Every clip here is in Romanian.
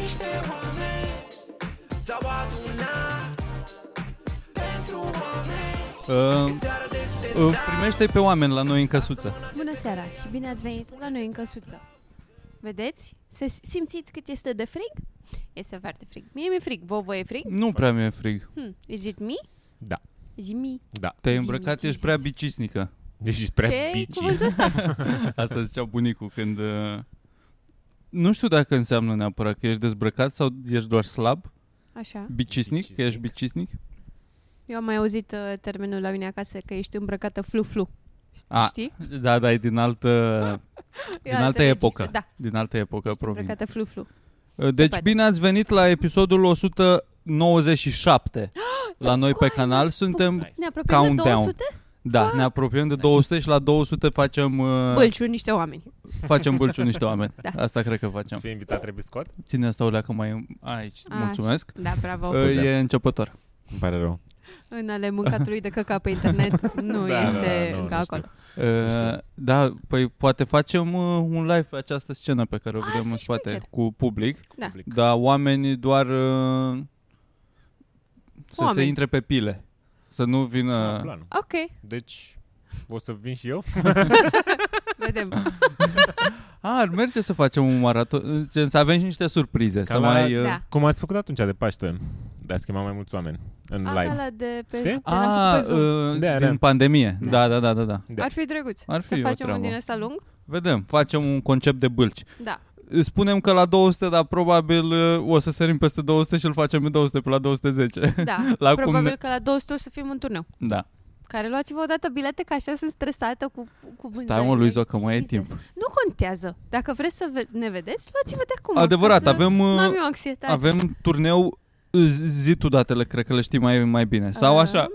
niște oameni S-au adunat pentru oameni Uh, Seara de stand uh, primește pe oameni la noi în căsuță. Bună seara și bine ați venit la noi în căsuță. Vedeți? Se simțiți cât este de frig? Este foarte frig. Mie mi-e frig. Vouă vă e frig? Nu prea mi-e frig. Hmm. Is it me? Mm. Da. Is it me? Da. Te-ai Zi-mi, îmbrăcat, ce ești zici? prea bicisnică. Deci ești prea Ce bici. cuvântul ăsta? Asta zicea bunicul când... uh, Nu știu dacă înseamnă neapărat că ești dezbrăcat sau ești doar slab, Așa. bicisnic, că ești bicisnic. Eu am mai auzit uh, termenul la mine acasă că ești îmbrăcată flu-flu. A, Știi? Da, da, e din altă, E din altă registre. epocă. Da, din altă epocă ești provine. îmbrăcată flu-flu. Deci poate. bine ați venit la episodul 197 la noi pe canal. Suntem, Ne apropiem de Countdown. 200? da, ne apropiem de 200 și la 200 facem, uh, Bălciuri, niște oameni. facem bâlciu niște oameni. Da. Asta cred că Să facem. fie invitat Travis Scott? Ține asta o leacă mai aici, Așa. mulțumesc. Da, bravo. Uh, E începător. Îmi pare rău. În ale mâncatului de căca pe internet nu Da, este da, da, încă nu, nu acolo. Uh, știu. Da, păi poate facem uh, un live pe această scenă pe care o Ar vedem fi în spate șmecher. cu public, Da. Public. dar oamenii doar uh, să se Oameni. intre pe pile. Să nu vină... Da, planul. Ok, Deci, o să vin și eu? vedem. A, Ah, ar merge să facem un maraton, gen, să avem și niște surprize, Ca să la- mai... uh, Da. Cum ați făcut atunci de Paște? De ați chemat mai mulți oameni în A, live. da, la de pe, Știi? de A, la pe Zoom. uh, Da, din da. pandemie. Da. Da, da, da, da, da. Da. Ar fi drăguț. Ar să fi o facem un treabă. din ăsta lung? Vedem, facem un concept de bâlci. Da. Spunem că la 200, dar probabil uh, o să sărim peste 200 și îl facem pe 200 pe la 210. Da. La cum Probabil ne- că la 200 o să fim în turneu. Da. Care luați-vă odată bilete, că așa sunt stresată cu, cu vânzările. Stai mă, lui Zo, că mai e Jesus. timp. Nu contează. Dacă vreți să ve- ne vedeți, luați-vă de acum. Adevărat, Că să- avem, uh, N-am eu anxietate. Avem turneu, zi- zi tu datele, cred că le știi mai, mai bine. Sau Ah. așa,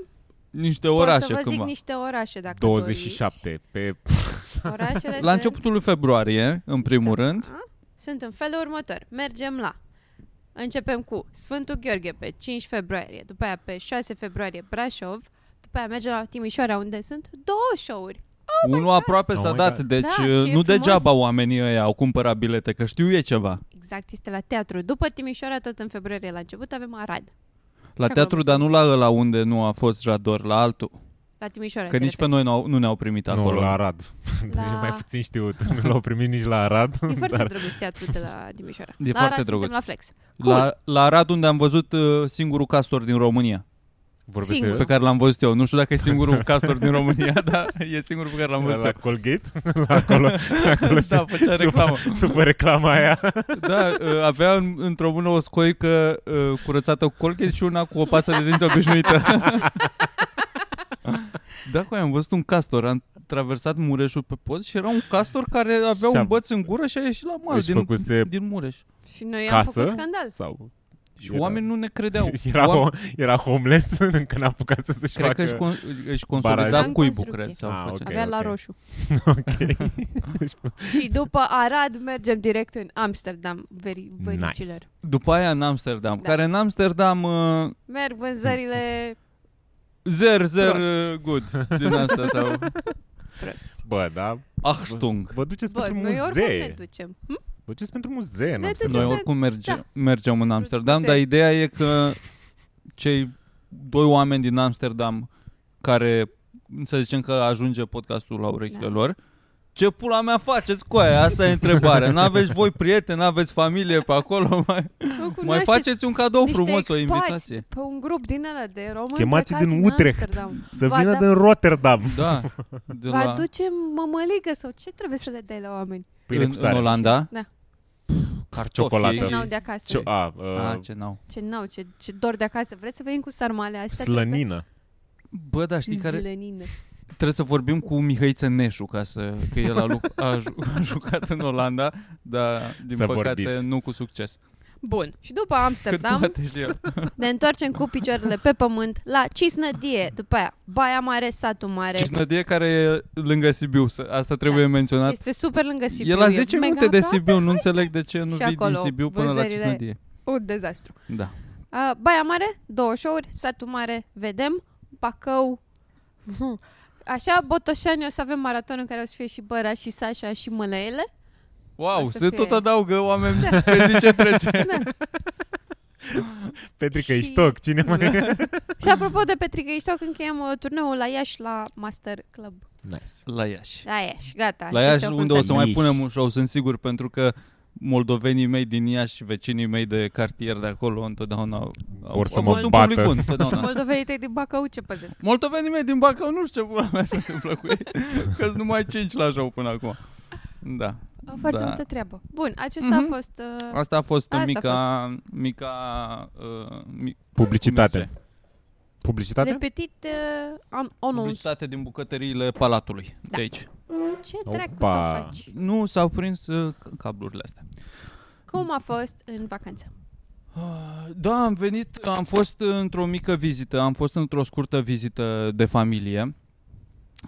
niște Pot să orașe vă zic cândva. niște orașe dacă 27 pe... doriți. Orașele La sunt- începutul lui februarie, în primul Da. rând, Sunt în felul următor. Mergem la... Începem cu Sfântul Gheorghe pe 5 februarie, după aia pe 6 februarie Brașov, după aia mergem la Timișoara unde sunt două show-uri. unul aproape Oh s-a my dat, God. deci Da, uh, și e nu frumos. degeaba oamenii ăia au cumpărat bilete, că știu ei ceva. Exact, este la teatru. După Timișoara, tot în februarie la început, avem Arad. La Și teatru, acolo dar nu la ăla unde nu a fost Jador, la altul. La Timișoara. Că te nici pe repet. noi n-au- nu ne-au primit Nu, acolo. la Arad. La- E mai puțin știut. Nu l-au primit nici la Arad. Da. E foarte drăguț teatrul de la Timișoara. E la foarte Arad drăguț. suntem la Flex. la, la Arad unde am văzut uh, singurul castor din România, Vorbesc Singur. pe care l-am văzut eu. Nu știu dacă e singurul castor din România, dar e singurul pe care l-am Era văzut la eu. Colgate? La acolo, acolo Da, făcea reclamă. După reclama aia. Da, uh, avea în, într-o mână o scoică uh, curățată cu colghet și una cu o pastă de dinți obișnuită. da, cu aia am văzut un castor, am traversat mureșul pe pod și era un castor care avea Și-a- un băț în gură și a ieșit la mal Își din, făcuse din mureș. Și noi am Casă? făcut scandal. Sau... Și Era- oamenii nu ne credeau. Era, Oameni- o, era homeless încă n-a apucat să se-și Cred că facă... își, con- își consolida baraj. În cuibul, construcție. cred. Sau Ah, făcea. Da. ok. Avea la roșu. Ok. și după Arad mergem direct în Amsterdam, veri, vericilor. După aia în Amsterdam, Da. care în Amsterdam... Uh, Merg vânzările zer, zer, Prost. uh, good. Din asta sau... prost. Bă, da, Achtung. vă duceți Bă, pentru noi oricum ne muzee. ducem. Vă duceți pentru muzee în Ne Amsterdam. Noi să- oricum merge, Deci da. mergeam în Amsterdam, Ce? dar ideea e că cei doi oameni din Amsterdam care, să zicem că ajunge podcastul la urechile Da. lor, ce pula mea faceți cu aia? Asta e întrebarea. N-aveți voi prieteni, n-aveți familie pe acolo? Mai, Nu mai cunoaște faceți un cadou niște frumos, o expați invitație. Pe un grup din ăla de români Chemați-i plecați din în Utrecht. Amsterdam. Să Va vină da- din Rotterdam. Da. De Vă aducem mămăligă sau ce trebuie să le dai la oameni? Pâine în, cu sare. în Olanda. Da. Cartofi. Ciocolată. Ce Da. n-au de acasă? Ce, Ce, a, uh, A, ce n-au. n-au, ce, ce dor de acasă? Vreți să venim cu sarmale astea? slănină. Bă, da, știi care... Slănină. Trebuie să vorbim cu Mihai Țăneșu, ca să, că el a, lu- a, ju- a jucat în Olanda, dar din Să păcate vorbiți. nu cu succes. Bun. Și după Cât Amsterdam poate și el. ne întoarcem cu picioarele pe pământ la Cisnădie, după aia Baia Mare, Satul Mare. Cisnădie care e lângă Sibiu, să- asta trebuie menționat. Da. Este super lângă Sibiu. e la e 10 mega minute de aproape. Sibiu, nu înțeleg de ce nu Și vii din acolo Sibiu până la vânzările- Cisnădie. Un dezastru. Da. Uh, Baia Mare, două show-uri, Satul Mare, vedem, Bacău. Așa, Botoșani o să avem maraton în care o să fie și Băra și Sasha și Mălăele. Wow, O să se fie- tot adaugă oameni pe zi ce trece. Da. Petrică Și- și... Iștoc, cine mai... Și apropo de Petrică Iștoc, încheiem uh, turneul la Iași la Master Club. nice. La Iași. La Iași, gata. La acestea Iași, au fost unde o să mai Iași. punem un show, sunt sigur, pentru că moldovenii mei din Iași și vecinii mei de cartier de acolo întotdeauna au, au, Vor să au mă fost un bată. public bun. Întotdeauna. Moldovenii tăi din Bacău ce păzesc? Moldovenii mei din Bacău nu știu ce pula mea se întâmplă cu ei, că sunt numai cinci la show până acum. Da. Au Foarte Da. multă treabă. Bun, acesta Mhm. a fost... Uh, Asta a fost Asta a mica, mica, uh, mi, Publicitate. cum zice? Publicitate? le petit uh, an- anons. publicitate din bucătăriile palatului. Da. De aici. Ce dracu tu Opa. faci? Nu s-au prins uh, c- cablurile astea. Cum a fost în vacanță? Da, am venit, am fost într-o mică vizită, am fost într-o scurtă vizită de familie.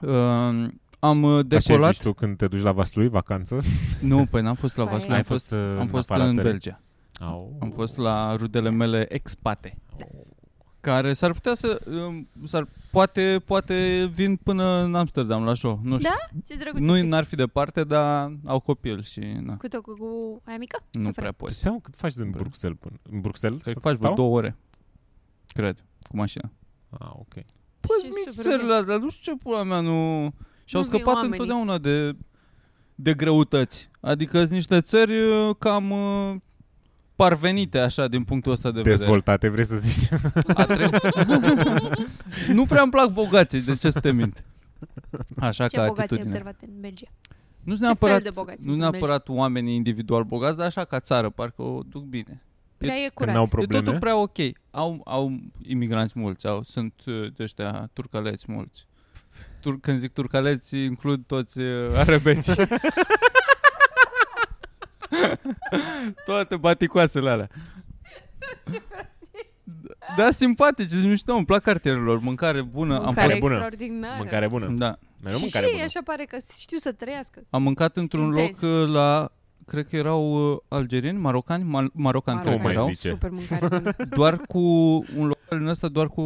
Uh, am uh, Așa decolat. zici tu când te duci la Vaslui, vacanță? Nu, păi n-am fost la Păi- Vaslui, Ai am fost, uh, am fost afara în țării? Belgia. Au. Am fost la rudele mele expate. Care s-ar putea să um, s-ar poate poate vin până în Amsterdam la show, nu știu. Ce Da, drăguț Nu nu, n-ar fi departe, dar au copil și na, cu tocul cu aia mică? nu Super. prea poți. Seamă cât faci din Bun. Bruxelles până... În Bruxelles? Cred că să Păi faci vreo stau? două ore. Cred, cu mașina. Ah, ok. Și Păi mici super țările astea, nu știu ce pula mea, nu... Și-au Nu vin scăpat oamenii. întotdeauna de, de greutăți. Adică sunt niște țări uh, cam uh, parvenite așa din punctul ăsta de vedere. Dezvoltate, vrei să zici? A tre- nu prea îmi plac bogații, de ce să te mint? Așa Ce ca bogați ai atitudine. observat în Belgia? Nu sunt fel neapărat, de bogați nu sunt în neapărat oamenii individual bogați, dar așa ca țară, parcă o duc bine. Prea Păi e Când curat. n-au E totul probleme? prea ok. Au, au imigranți mulți, au, sunt uh, de ăștia turcaleți mulți. Tur- când zic turcaleți, includ toți uh, arabeți. Toate baticoasele alea. Da, simpatici, sunt mișto, îmi plac cartierele lor, mâncare bună. Mâncare fost bună. extraordinară. Mâncare bună. am, da, Mereu și și mâncare ei bună. așa pare că știu să trăiască. am mâncat într-un Intens. loc uh, la, cred că erau uh, algerieni, marocani, mal- marocani, Nu cred că mai erau. zic. zice. Super mâncare bună. doar cu un local în ăsta, doar cu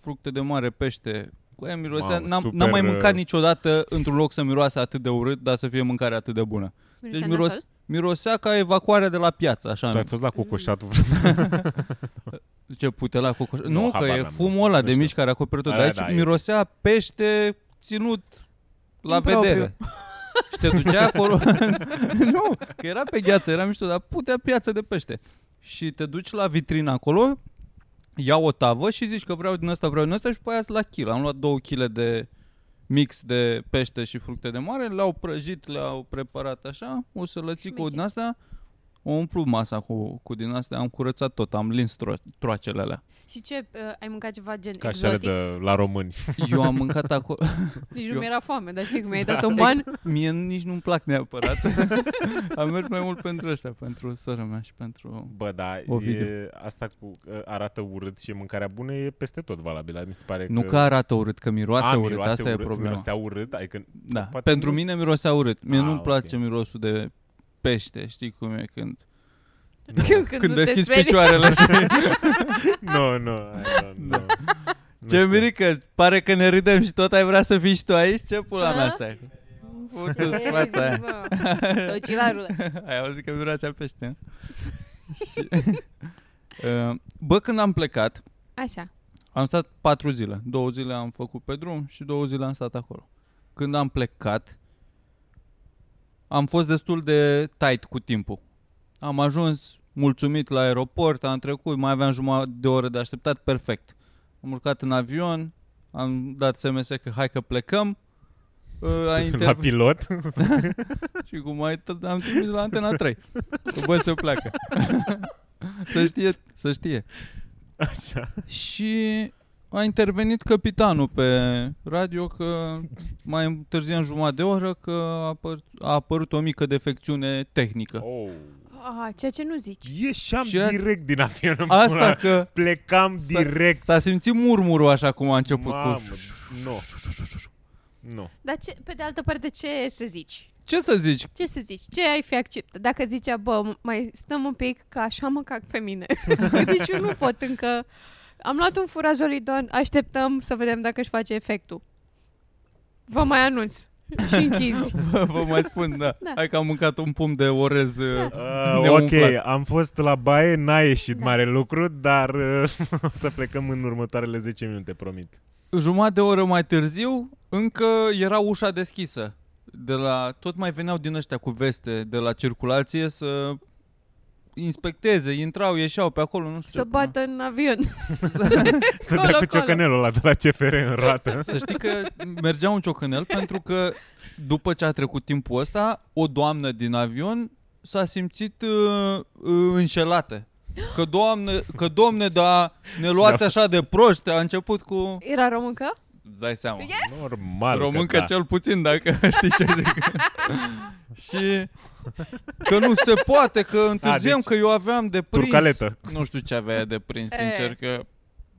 fructe de mare, pește. Cu aia mirosea, Mamă, n-am, super, n-am mai uh, mâncat niciodată într-un loc să miroase atât de urât, dar să fie mâncare atât de bună. Mirosea Deci nasol? miros, mirosea ca evacuarea de la piață, Tu așa. ai fost la Mm. cocoșatul Ce pute la cocoș. Nu, Nu, că habar e n-am. fumul ăla Nu de știu. mici care acoperă tot. Da, Dar aici da, e- mirosea pește ținut la Impropriu. vedere. Și te duceai acolo. nu, că era pe gheață, era mișto, dar putea piață de pește. Și te duci la vitrina acolo, ia o tavă și zici că vreau din asta, vreau din asta și după aia la kilo. Am luat două kg de mix de pește și fructe de mare, le-au prăjit, le-au preparat așa, o să lății cu Șmecher. din asta, o umplu masa cu, cu din asta, am curățat tot, am lins tro- troacele alea. Și ce, uh, ai mâncat ceva gen ca așa exotic? de la români. Eu am mâncat acolo, Nici Eu- nu mi-era foame, dar știi cum mi-ai dat un ban? mie nici nu-mi plac neapărat, am mers mai mult pentru ăștia, pentru sora mea și pentru... Bă, da, Ovidiu. e, asta cu uh, arată urât și mâncarea bună e peste tot valabilă. Mi se pare Nu că arată urât, că miroase A, urât, miroase asta urât, e problema. Mirosea urât, adică Da. Poate Pentru nu- mine mirosea urât. Mie Ah, nu-mi ok. place mirosul de pește, știi cum e când... Când, Când, nu te deschizi sperii. picioarele și... Nu, nu, nu. Ce mirică, pare că ne râdem și tot ai vrea să fii și tu aici? Ce pula mea A? asta e? Putu-ți fața aia. Tocilarule. Ai auzit că miroase a pește, nu? și... Uh, Bă, când am plecat, Așa. am stat patru zile. Două zile am făcut pe drum și două zile am stat acolo. Când am plecat, am fost destul de tight cu timpul. Am ajuns mulțumit la aeroport, am trecut, mai aveam jumătate de oră de așteptat, perfect. Am urcat în avion, am dat SMS că hai că plecăm. Uh, a La interv- pilot? și cum ai tot, am trimis la Antena 3. Că bă, să pleacă. să știe, să știe. Așa. Și a intervenit capitanul pe radio că mai întârzia în jumătate de oră că a apărut, a apărut o mică defecțiune tehnică. Oh. Ah, ceea ce nu zici. Ieșeam Și a- direct din avion în pula. Asta că Plecam s-a- direct. s-a simțit murmurul așa cum a început Mamă, cu... nu. Nu. Dar ce, pe de altă parte, ce să zici? Ce să zici? Ce să zici? Ce ai fi acceptat? Dacă zicea, bă, m- mai stăm un pic, că așa mă cac pe mine. deci eu nu pot încă... Am luat un furazolidon, așteptăm să vedem dacă își face efectul. Vă mai anunț. și închizi. Vă, vă mai spun, da. Da. Hai că am mâncat un pum de orez. uh, Uh, Ne-am ok, umflat. am fost la baie, n-a ieșit Da. mare lucru, dar uh, o să plecăm în următoarele 10 minute, promit. Jumătate de oră mai târziu, încă era ușa deschisă. De la, tot mai veneau din ăștia cu veste de la circulație să inspecteze, intrau, ieșeau pe acolo, nu știu. Să bată în avion. Să Colo, dea cu colo. ciocanelul ăla de la CFR în rată. Să știi că mergea un ciocanel pentru că după ce a trecut timpul ăsta, o doamnă din avion s-a simțit uh, uh, înșelată. Că, doamne, că domne, da, ne luați așa de proști, a început cu... Era româncă? Dai seama. Normal Româncă că da. cel puțin, dacă știi ce zic. și că nu se poate, că întârziem, deci că eu aveam de prins. turcaletă. Nu știu ce avea de prins, E. sincer, că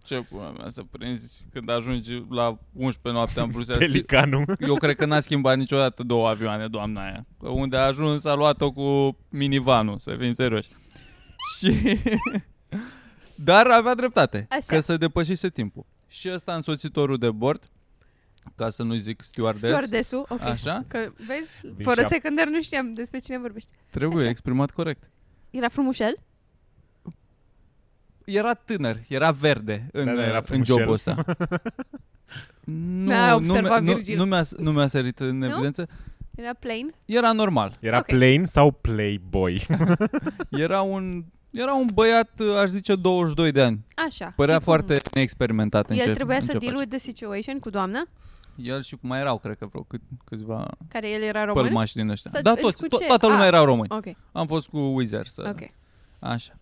ce pula mea să prinzi când ajungi la 11 noaptea în Bruxelles. Pelicanul. Eu cred că n-a schimbat niciodată două avioane, doamna aia. Că Unde a ajuns, a luat-o cu minivanul, să fim serioși. Și... Dar avea dreptate, Așa. că se depășise timpul. Și ăsta însoțitorul de bord, ca să nu zic stewardess, Stewardesul? Ok. Așa. Că, vezi, Din fără șap- secundar nu știam despre cine vorbești. trebuie Așa. exprimat corect. Era frumușel? Era tânăr, era verde în, Da, da, era în frumușel. jobul ăsta. Nu, N-a nu, observat mi- nu, Virgil. nu, mi-a, nu mi-a sărit în evidență. Era plain? Era normal. Era Ok. plain sau playboy? Era un, era un băiat, aș zice, 22 de ani. Așa. Părea Și foarte neexperimentat în El ce, trebuia în să ce face. deal with the situation cu doamna, El și mai erau, cred că vreo cât, câțiva care el era român. pălmași din ăștia. Sau- da, cu toți, ce? to- toată lumea Ah. era români. Ok, Am fost cu Wizards. să- ok. Așa.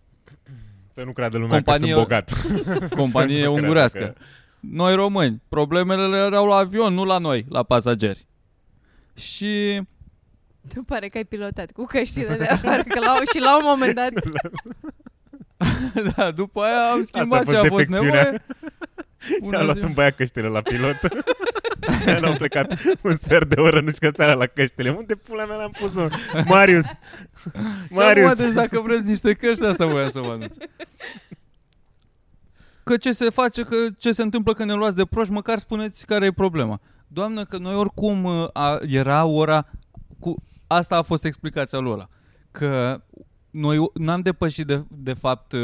Să nu creadă lumea Companie- că sunt bogat. Companie Să nu creadă ungurească. că- Noi români. Problemele erau la avion, nu la noi, la pasageri. Și Tu pare că ai pilotat cu căștile de afară, că la, și la un moment dat... da, după aia am schimbat Asta a ce a fost fost defecțiunea. nevoie. A Bună luat ziua. un băiat căștile la pilot. L-au plecat un sfert de oră, nu știu că seara la căștile. Unde pula mea l-am pus mă? Marius! Marius. Marius! Acum, deci dacă vreți niște căști, asta voiam să vă anunț. Că ce se face, că ce se întâmplă când ne luați de proști, măcar spuneți care e problema. Doamnă, că noi oricum uh, a, era ora... Cu, asta a fost explicația lui ăla. Că noi n-am depășit de, de fapt uh,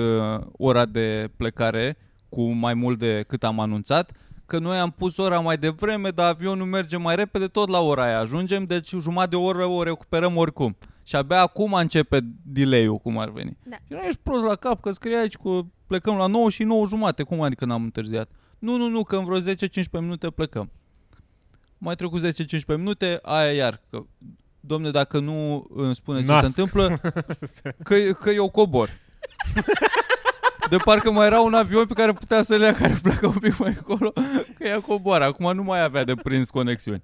ora de plecare cu mai mult decât am anunțat, că noi am pus ora mai devreme, dar avionul merge mai repede, tot la ora aia ajungem, deci jumătate de oră o recuperăm oricum. Și abia acum începe delay-ul, cum ar veni. Da. Și noi ești prost la cap, că scrie aici că plecăm la 9 și 9 jumate, cum adică n-am întârziat? Nu, nu, nu, că în vreo 10-15 minute plecăm. Mai trecut 10-15 minute, aia iar, că, domne, dacă nu îmi spune ce se Nasc. întâmplă, că, că eu cobor. De parcă mai era un avion pe care putea să le ia care pleacă un pic mai acolo, că ea coboară. Acum nu mai avea de prins conexiuni.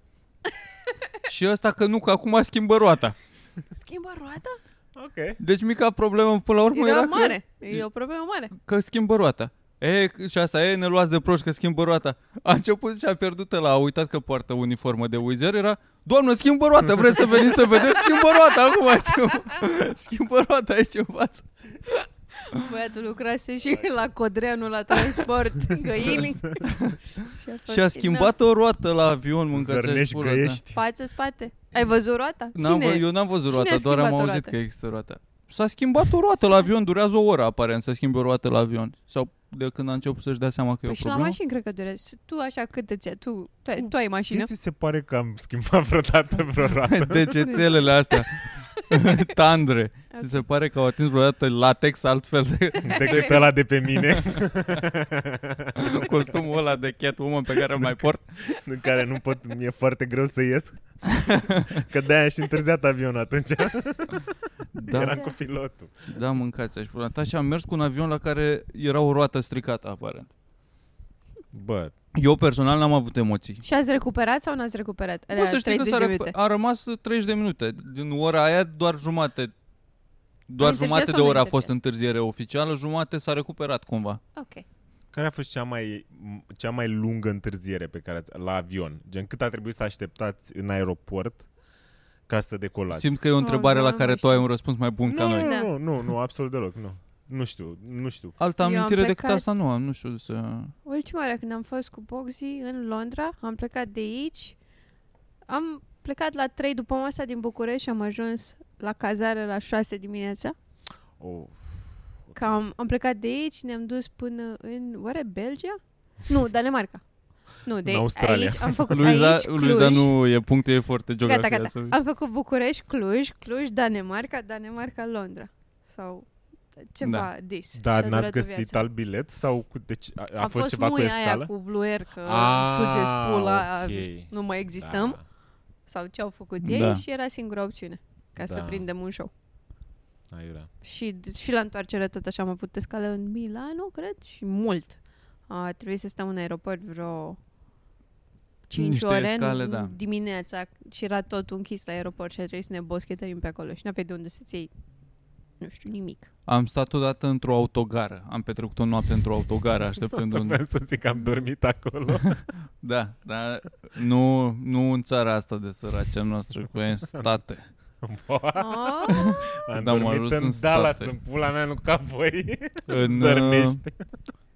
Și ăsta că nu, că acum schimbă roata. Schimbă roata? Ok. Deci mica problemă până la urmă Era, era, mare. E o problemă mare. Că, că schimbă roata. E, c- și asta e, ne luați de proști că schimbă roata. A început și a pierdut la a uitat că poartă uniformă de Wizard, era Doamnă, schimbă roata, vreți să veniți să vedeți? Schimbă roata acum, ce- schimbă roata aici în față. Băiatul lucrase și la Codreanu, la transport, găini. și, fost Și a kidnapat. schimbat o roată la avion, mâncățești Zărnești pula, da. găiești. Față, spate. Ai văzut roata? N-am, Cine? vă- eu n-am văzut Cine a roata, doar am schimbat o auzit roată? că există roata. S-a schimbat o roată la avion, durează o oră aparent să schimbi o roată la avion. Sau de când a început să-și dea seama că Păi e o și la problemă. mașini cred că durează. Tu așa cât îți ia? Tu, tu, ai, tu ai mașină? Ce ți se pare că am schimbat vreodată vreo roată? Degetelele astea, tandre. Ok. Ți se pare că au atins vreodată latex altfel de Decât ăla de pe mine, costumul ăla de Catwoman pe care îl mai port? în care nu pot, mi-e foarte greu să ies. Că de-aia și întârziat avionul atunci. Da, Eram cu pilotul. da mâncați aș pula. ta. Și am mers cu un avion la care era o roată stricată aparent. Bă, Eu personal n-am avut emoții. Și ați recuperat sau n-ați recuperat? Bă, Alea să știi că 30 s-a de rep- minute. a rămas 30 de minute. Din ora aia doar jumate. Doar Am întârziat jumate de sau nu oră a am fost întârziere oficială, jumate s-a recuperat cumva. Ok. care a fost cea mai, m- cea mai lungă întârziere pe care ați, la avion? Gen, cât a trebuit să așteptați în aeroport ca să decolați? Simt că e o întrebare la doamne, care tu și- ai un răspuns mai bun ca nu, noi. nu, Da. nu, nu, nu, absolut deloc, nu. Nu știu, nu știu. Alta Eu am amintire decât plecat. asta nu am, nu știu să... Ultima oară când am fost cu Boxy în Londra, am plecat de aici, am plecat la 3 după masa din București și am ajuns la cazare la 6 dimineața. Oh. Că am, am plecat de aici, ne-am dus până în, oare Belgia? Nu, Danemarca. Nu, de În Australia. aici am făcut Luiza, aici Cluj. Luiza nu e punctul e foarte Gata, geografia. gata. Am făcut București, Cluj, Cluj, Danemarca, Danemarca, Londra. Sau ceva da. dis. Dar Și-a n-ați durat o găsit viață. alt bilet? Sau cu, deci a, a, a fost, ceva cu muia escală? aia cu Blue Air, că Ah, sugeți pula, ok. nu mai existăm. Da. Sau ce au făcut ei Da. și era singura opțiune ca să Da. prindem un show. Aiurea. Și, și la întoarcere tot așa am avut escală în Milano, cred, și mult. A trebuit să stăm în aeroport vreo 5 Niște ore escale, în da. dimineața și era tot închis la aeroport și a trebuit să ne boschetărim pe acolo și n-aveai de unde să-ți iei, nu știu, nimic. Am stat odată într-o autogară. Am petrecut o noapte într-o autogară așteptând un... Vreau să zic că am dormit acolo. Da, dar nu, nu în țara asta de săracea noastră, cu ea în state. Oh, am Da, mă, dormit rus în în Dallas, state. în pula mea, nu ca voi. În, Zărnește.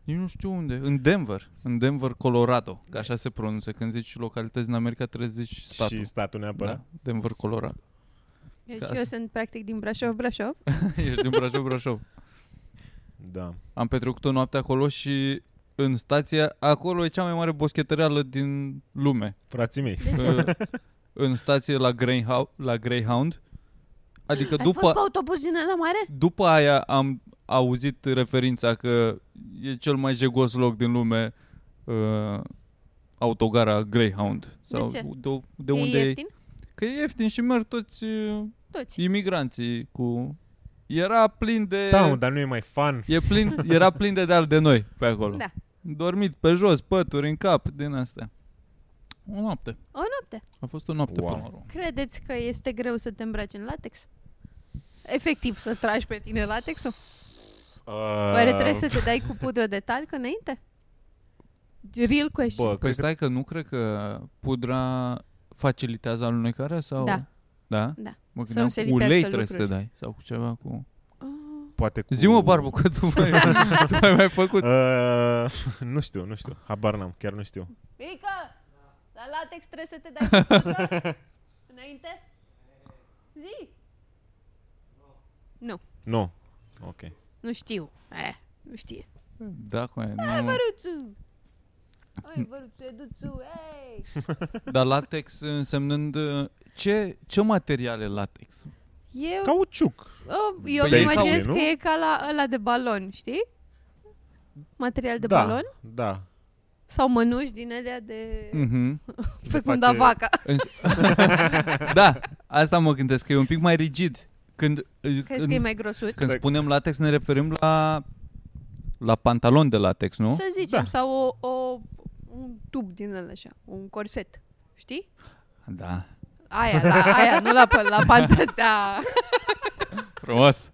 Nici nu știu unde. În Denver. În Denver, Colorado. Că așa se pronunță. Când zici localități din America, trebuie să zici statul. Și statul neapărat. da, Denver, Colorado. deci Ca eu să- sunt practic din Brașov, Brașov. Ești din Brașov, Brașov. Da. Am petrecut o noapte acolo și în stația... Acolo e cea mai mare boschetăreală din lume. Frații mei. Uh, în stație la Greyhound, la Greyhound. Adică Ai după fost cu autobuz din la mare? după aia am auzit referința că e cel mai jegos loc din lume uh, autogara Greyhound. Sau ce? De, de unde e e? ieftin? Că e ieftin și merg toți uh, Toți. imigranții cu era plin de Da, mă, dar nu e mai fan. e plin, era plin de deal de noi pe acolo. Da. Dormit pe jos, pături în cap, din astea. O noapte. O noapte. A fost o noapte Wow. până la urmă. Credeți că este greu să te îmbraci în latex? Efectiv, să tragi pe tine latexul? Uh, Oare trebuie să te dai cu pudră de talc înainte? Real question. Bă, Păi cred că stai că nu cred că pudra facilitează alunecarea sau... Da. Da? Da. Mă nu gândeam se cu lipească ulei trebuie să lucruri. te dai sau cu ceva cu... poate cu... Zi mă, Barbu, că tu mai, tu ai mai făcut. Uh, nu știu, nu știu. Habar n-am, chiar nu știu. Mirica, la latex trebuie să te dai cu pudră înainte? Zi! Nu, Nu. Ok. nu știu. Eh, nu știe. Da, cu aia, Ai nu. văruțu! Ai văruțu, eduțu, ei! Dar latex însemnând... uh, Ce, ce material e latex? Eu Cauciuc. Oh, eu Base îmi imaginez sau- că e ca la ăla de balon, știi? Material de da, balon? Da. Sau mănuși din alea de Mhm. fecunda face- vaca. Îns- da, asta mă gândesc, că e un pic mai rigid. Când, Crezi că e când, mai grosuț? când Stai. spunem latex ne referim la la pantalon de latex, nu? Să zicem, Da. sau o, o, un tub din ăla așa, un corset, știi? Da, Aia, la, aia, nu la, la pantă, da. frumos.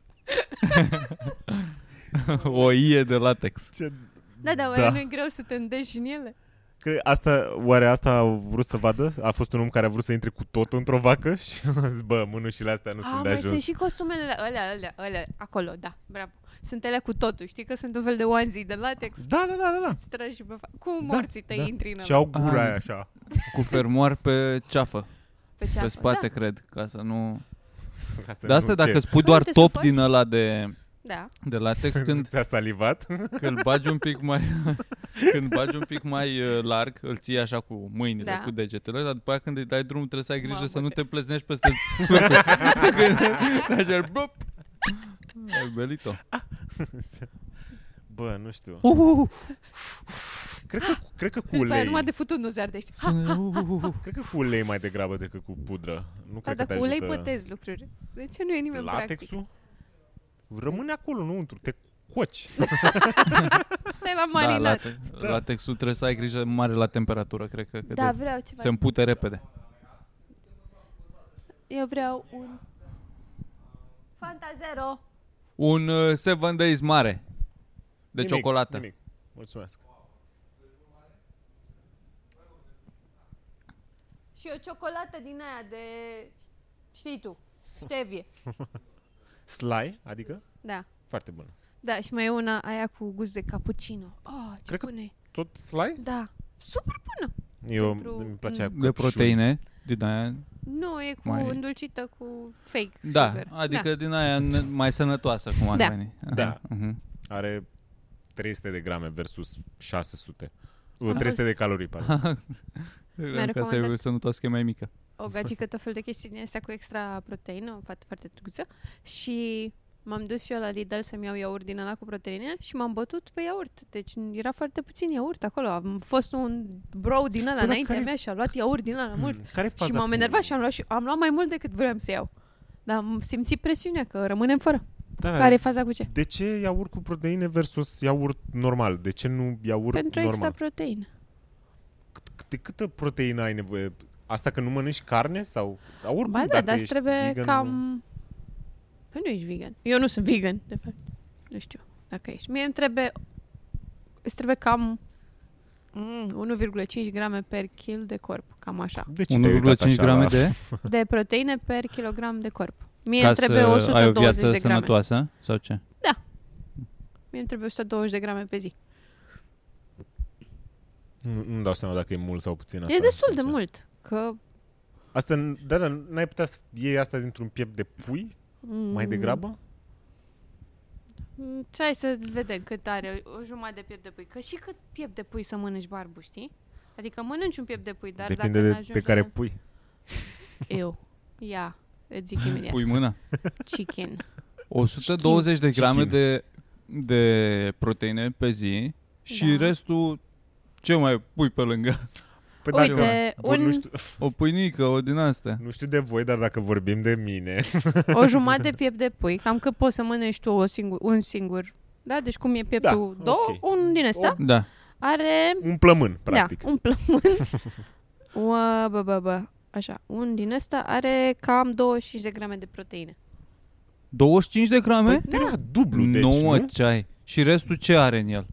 o ie de latex. Ce... Da, da, oare da. nu e greu să te îndeși în ele? Cre- asta, oare asta a vrut să vadă? A fost un om care a vrut să intre cu totul într-o vacă și a zis, bă, mânușile astea nu A, sunt de mai sunt ajuns. și costumele alea, alea, alea, alea, acolo, da, bravo. Sunt ele cu totul, știi că sunt un fel de onesie de latex. Da, da, da, da, da. Îți tragi pe fa- Cu morții tăi da. intri în Și ăla. au gura Ah, aia așa. Cu fermoar pe ceafă, Pe, ceafă. pe spate, Da, cred, ca să nu... Ca să De asta nu dacă începi. îți pui doar Uite, să top faci. din ăla de, da. de latex, când, Ți-a salivat? când îl bagi un pic mai... când bagi un pic mai uh, larg, îl ții așa cu mâinile, Da. cu degetele, dar după aia când îi dai drumul trebuie să ai grijă Mamă, să nu ce- te pleznești peste surcul. Când- așa, bop! Ai belit-o. Bă, nu știu. Uhuhu! Cred că, cred că cu Deci, ulei. numai de futut nu se ardește. Ha, Sună, uhuhu. Cred că cu ulei mai degrabă decât cu pudră. Nu da, cred dar că cu te ulei ajută pătezi lucruri. De ce nu e nimeni Latexul? Rămâne acolo, nu untru. Te coci. practic? Stai la Da, marinat. late, latexul trebuie să ai grijă mare la temperatură, cred că, că Da, da, vreau ceva. se împute repede. Eu vreau un... Fanta Zero. Un uh, Seven Days mare de Nimic, ciocolată. Nimic. Mulțumesc. Și o ciocolată din aia de... Știi tu. Stevie. Sly, adică? Da. Foarte bună. Da, și mai e una aia cu gust de cappuccino. Oh, ce Cred că- bună e. Tot sly? Da. Super bună. Eu Pentru- îmi place aia cu De căpșuni. proteine, din aia Nu, e cu Mai- mai... îndulcită cu fake Da, sugar. adică da. din aia n- mai sănătoasă, cum ar Da. veni. Da. Uh-huh. Are 300 de grame versus 600. Am 300 de calorii, pardon. Credeam că asta e recomandat. sănătoasă că e mai mică. Da. Exact. O gagică, tot fel de chestii din astea cu extra proteină, o fată foarte drăguță. Și m-am dus și eu la Lidl să-mi iau iaurt din ăla cu proteine și m-am bătut pe iaurt. Deci era foarte puțin iaurt acolo. Am fost un bro din ăla Păi, dar înaintea care- mea și a luat iaurt din ăla mult. Care e Și faza m-am cu- enervat și am luat, și am luat mai mult decât vreau să iau. Dar am simțit presiunea că rămânem fără. Da, da. Care e faza cu ce? De ce iaurt cu proteine versus iaurt normal? De ce nu iaurt Pentru exact- normal? extra proteină. Cât- De câtă proteină ai nevoie? Asta că nu mănânci carne sau? Dar oricum, Ba da, dacă dar îți ești trebuie vegan, nu- cam... Păi nu ești vegan. Eu nu sunt vegan, de fapt. Nu știu dacă ești. Mie îmi trebuie... Îți trebuie cam mm, 1,5 grame per kil de corp. Cam așa. De ce te-ai 1,5 uitat așa da. grame la- de De proteine per kilogram de corp. Mie ca îmi să trebuie ai o 120 de viață grame. sănătoasă sau ce? Mie îmi trebuie 120 de grame pe zi. Nu, nu dau seama dacă e mult sau puțin asta. e destul de sincer. mult. Că... Asta, n- da, da, n-ai putea să iei asta dintr-un piept de pui mm, mai degrabă? Mm, Ce hai să vedem cât are o jumătate de piept de pui. Că și cât piept de pui să mănânci barbu, știi? Adică mănânci un piept de pui, dar Depinde dacă de, n-ajungi de care la- pui. Eu. Ia, îți zic imediat. Pui mâna. Chicken. 120 de grame Chicken. de, de proteine pe zi și Da. restul ce mai pui pe lângă? da, Păi Uite, dacă, vor- nu, un- știu, O pâinică, o din asta. nu știu de voi, dar dacă vorbim de mine, O jumătate de piept de pui, cam cât poți să mănânci tu o singur, un singur. Da? Deci cum e pieptul Da, două, ok. un din ăsta Da. are... un plămân, practic. Da, un plămân. Ua, bă, bă, bă. Așa, un din ăsta are cam 25 de grame de proteine. 25 de grame? Păi, Era dublu, deci, Nouă nu? ceai. Și restul ce are în el?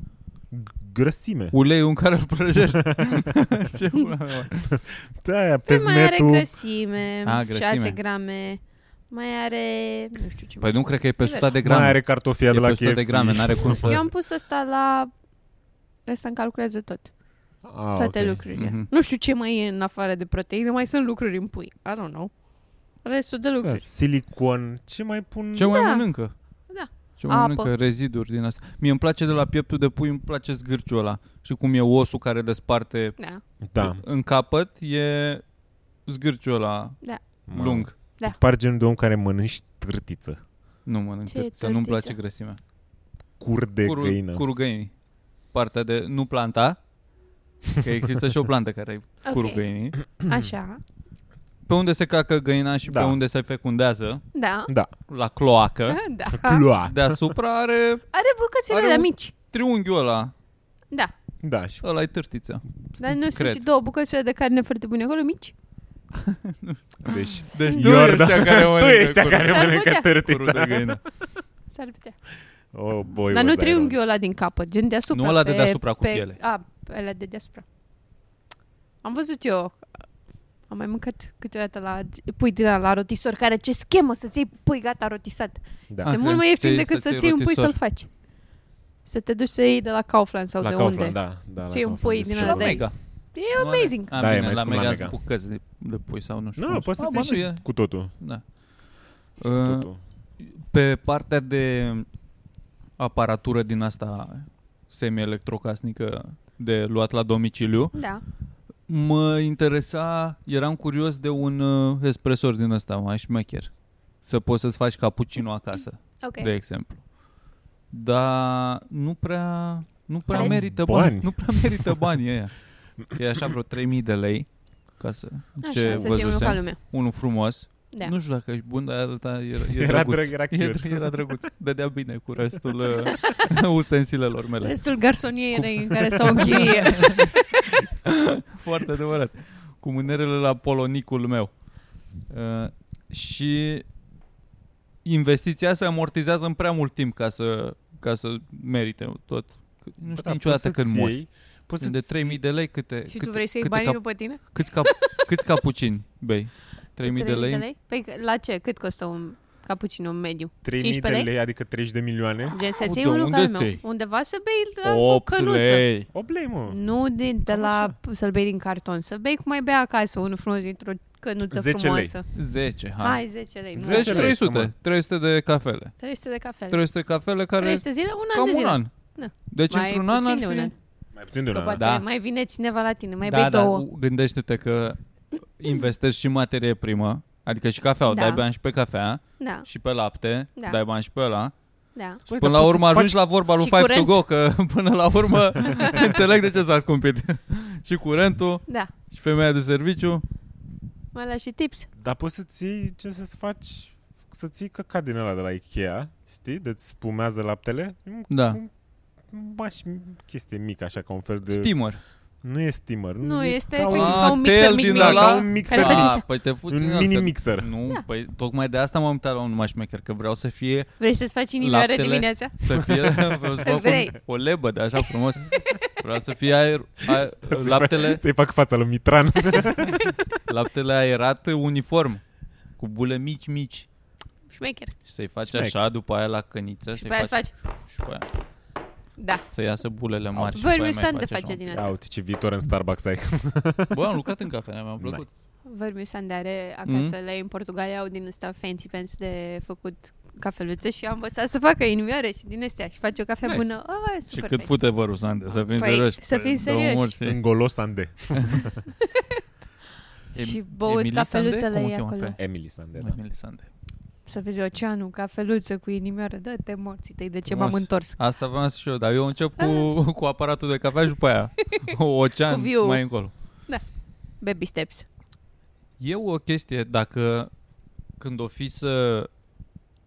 Grăsime. Uleiul în care îl prăjești. ce pula mea. Da, aia, pe Păi mai are smetul. grăsime, A, A, Ah, grăsime. 6 grame, mai are... Nu știu ce Păi nu cred că e pe 100 de grame. Mai are cartofia de e la pe 100 de KFC. grame, n-are cum să... Eu am pus asta la... Asta îmi calculează tot. Ah, toate ok. lucrurile. Mhm. Nu știu ce mai e în afară de proteine, mai sunt lucruri în pui. I don't know. Restul de Da, lucruri. silicon. Ce mai pun? Ce mai Da. mănâncă? Da. Ce mai Apă. mănâncă? Reziduri din asta. Mie îmi place de la pieptul de pui, îmi place zgârciul ăla. Și cum e osul care desparte Da. Da. în capăt, e zgârciul ăla mă, lung. Da. Par genul de om care mănânci târtiță. Nu mănânc, Ce e să nu-mi tortiță? place grăsimea. Cur de Curul- găină. Curul găinii. Partea de nu planta, că există și o plantă care e curul Ok. găinii. Așa. Pe unde se cacă găina și Da. pe unde se fecundează, Da. Da. la cloacă, Da. Cloa. deasupra are Are bucățele Are alea un- mici. triunghiul ăla. Da. Da, și Ăla e târtița. Dar nu sunt Cred. și două bucățele de carne foarte bune acolo, mici? deci, Deci tu Iordan- ești cea care tu mănâncă ești cea care S-ar mănâncă putea. curul de târtița. găină. S-ar putea. Păi Oh, boy, Dar was nu I triunghiul ăla din capăt, gen deasupra. Nu ăla de pe, deasupra cu pe, piele. A, ăla de deasupra. Am văzut eu am mai mâncat câteodată la pui din ăla, la rotisor, care ce schemă să-ți iei pui gata rotisat. wrong. Da. Ah, Este mult că mai ieftin ți-ai- decât să-ți iei să-ți iei un pui rotisor. să-l faci. Să te duci să iei de la Kaufland sau La de Kaufland, unde. da. da la Ți iei un Kaufland, pui este din și ăla La la de- Mega. mega. E Nu amazing. Are, Da, da, e bine, mai la scump la mega, Mega. sunt bucăți de, de pui sau nu știu. Nu, cum nu, se- poți Ah, să-ți ba, iei și nu, e- cu totul. Da. Cu totul. Pe partea de aparatură din asta semi-electrocasnică de luat la domiciliu, Da. mă interesa, eram curios de un uh, espresor din ăsta mai șmecher. Să poți să-ți faci cappuccino acasă, Ok. de exemplu. Dar nu prea, nu prea Preț? merită bani. Bani. Nu prea merită banii ăia. E așa vreo 3000 de lei. Ca să, ce Așa, să-ți iei unul ca văzusem. lumea. Unul frumos. Da. Nu știu dacă ești bun, dar arăta, era, era, Era drăguț. drăg- era cute. Era, era drăguț. Dădea bine cu restul uh, ustensilelor mele. Restul garsonierei în care stau în chirie. Foarte adevărat. Cu mânerele la polonicul meu. Uh, și investiția se amortizează în prea mult timp ca să, ca să merite tot. Că Nu știu Da, niciodată poți când să-ți mori. iei- Poți Sunt de să-ți 3000 de lei câte, Și câte, tu vrei să iei câte banii cap, după tine? câți, cap, câți capucini bei? 3000 de lei? Păi că- la ce? Cât costă un cappuccino mediu? 3000 de 15 lei? lei, adică 30 de milioane. Gen să-ți Uite, iei unul unde ca al ți meu. iei? Undeva să bei la o cănuță. lei. 8 lei, mă. Nu de, de Cam la așa. să-l bei din carton. Să bei cum ai bea acasă, unul frumos dintr-o cănuță 10 lei. frumoasă. 10, hai. Hai, 10 lei. Nu 10 Deci știu. lei, 300, mă. 300 de cafele. 300 de cafele. 300 de cafele care 300 zile, un an cam de un zile. an. Da. Deci Mai într-un an ar puțin de fi... un an. Mai puțin de un Că an. poate da. Da. mai vine cineva la tine, mai bei da, două. da, gândește-te că investești și în materie primă, adică și cafea, Da. dai bani și pe cafea, Da, și pe lapte, Da. dai bani și pe ăla. da. Băi, Până dar la poți urmă să-ți ajungi la vorba lui Și Five to curent. Go, că până la urmă înțeleg de ce s-a scumpit. și curentul, Da. și femeia de serviciu. Mai la și tips. faci- Dar poți să-ți iei, ce să-ți faci, să-ți iei căcat din ăla de la Ikea, știi? De-ți spumează laptele. Da. Bași chestie mică, așa, ca un fel de... Steamer. nu Nu e steamer. Nu, este ca un... efectiv Ah, ca un mixer tel mic din mic. Da, ăla- ca un mixer. Care face Ah, așa. păi te fuți Un în altă. mini-mixer. Nu, Da. păi tocmai de asta m-am uitat la un numai șmecher, că vreau să fie, Vrei să-ți faci inimioare Laptele. dimineața? să fie, vreau să fac Vrei. un, o lebă de așa frumos. Vreau să fie aer, aer, Să-și laptele, Să-i fac fața lui Mitran. laptele aerat uniform, cu bule mici, mici. Șmecher. Și să-i faci Șmec. așa, după aia la căniță, Și să-i pe aia faci, îți faci. și pe aia, Da. să iasă bulele mari. și Văi, pe aia mi mai se de faci așa face un din pic. asta. Uite ce viitor în Starbucks ai. Bă, am lucrat în cafenea, mi-a plăcut. Vermisande Mhm. are acasă, la ei în Portugalia au din ăsta fancy pants de făcut cafeluțe și a învățat să facă inimioare și din astea și face o cafea Nice. bună. Oh, Și super cât fain. fute vărul, Sande, să fim Păi, serioși. să fim Două serioși. morți. În golos Ande. Și Em- băut Emily Sande? cafeluțele Cum o ei cheamă pe acolo. ea? Emily Sande, da. Emily Sande. Să vezi oceanul, cafeluță cu inimioare. Dă-te morții tăi, de ce Frumos. m-am întors. Asta vreau să și eu, dar eu încep cu, cu aparatul de cafea și după aia o ocean Ah. Cu view. mai încolo. Baby steps. E o chestie, dacă când o fi să,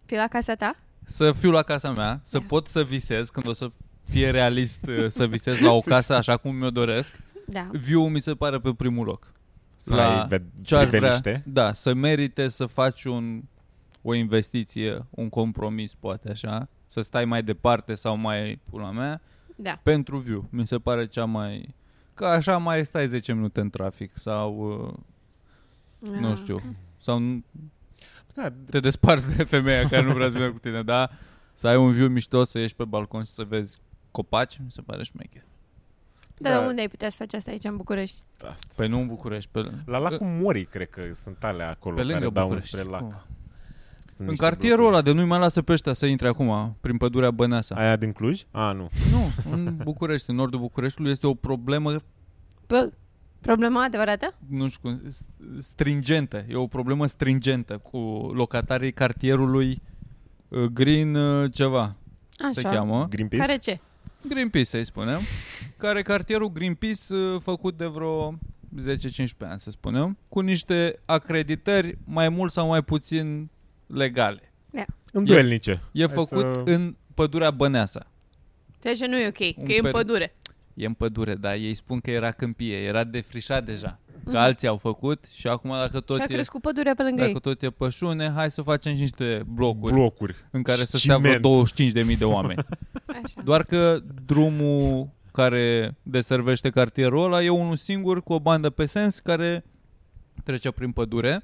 Fii la casa ta? să fiu la casa mea, să Da. pot să visez, când o să fie realist eh, să visez la o casă așa cum mi-o doresc, Da. view mi se pare pe primul loc. Să La ai ved- Ce aș vrea, priveliște. da, să merite să faci un, o investiție, un compromis poate așa, să stai mai departe sau mai pula mea, Da. pentru view. Mi se pare cea mai... Că așa mai stai 10 minute în trafic sau, uh, Ah. nu știu, sau n- Da, te desparți de femeia care nu vrea să vină cu tine, da? Să ai un view mișto, să ieși pe balcon și să vezi copaci, mi se pare șmecher. Da, dar Da. unde ai putea să faci asta aici în București? asta. Păi nu în București, pe, La lacul Morii, cred că sunt ale acolo pe lângă care dau București. spre lac. Cum? Sunt În niște cartierul blocuri. ăla de nu-i mai lasă pe ăștia să intre acum, prin pădurea Băneasa. Aia din Cluj? A, nu. Nu, în București, în nordul Bucureștiului este o problemă Bă, problema adevărată? nu știu cum, s- stringentă. E o problemă stringentă cu locatarii cartierului uh, Green uh, ceva Așa. se cheamă. Greenpeace? Care ce? Greenpeace să-i spunem. Care cartierul Greenpeace uh, făcut de vreo 10-15 ani, să spunem, cu niște acreditări mai mult sau mai puțin legale. Îndoielnice. E Hai făcut să- în pădurea Băneasa. Deci nu e ok, Un că e în per- pădure. E în pădure, dar ei spun că era câmpie, era defrișat deja. Mm. Că alții au făcut și acum dacă tot Mhm. Și e a crescut pădurea pe lângă ei. Dacă tot e pășune, hai să facem și niște blocuri Bloc. Blocuri. în care să și stea ciment. vreo 25.000 de oameni. Așa. Doar că drumul care deservește cartierul ăla e unul singur cu o bandă pe sens care trece prin pădure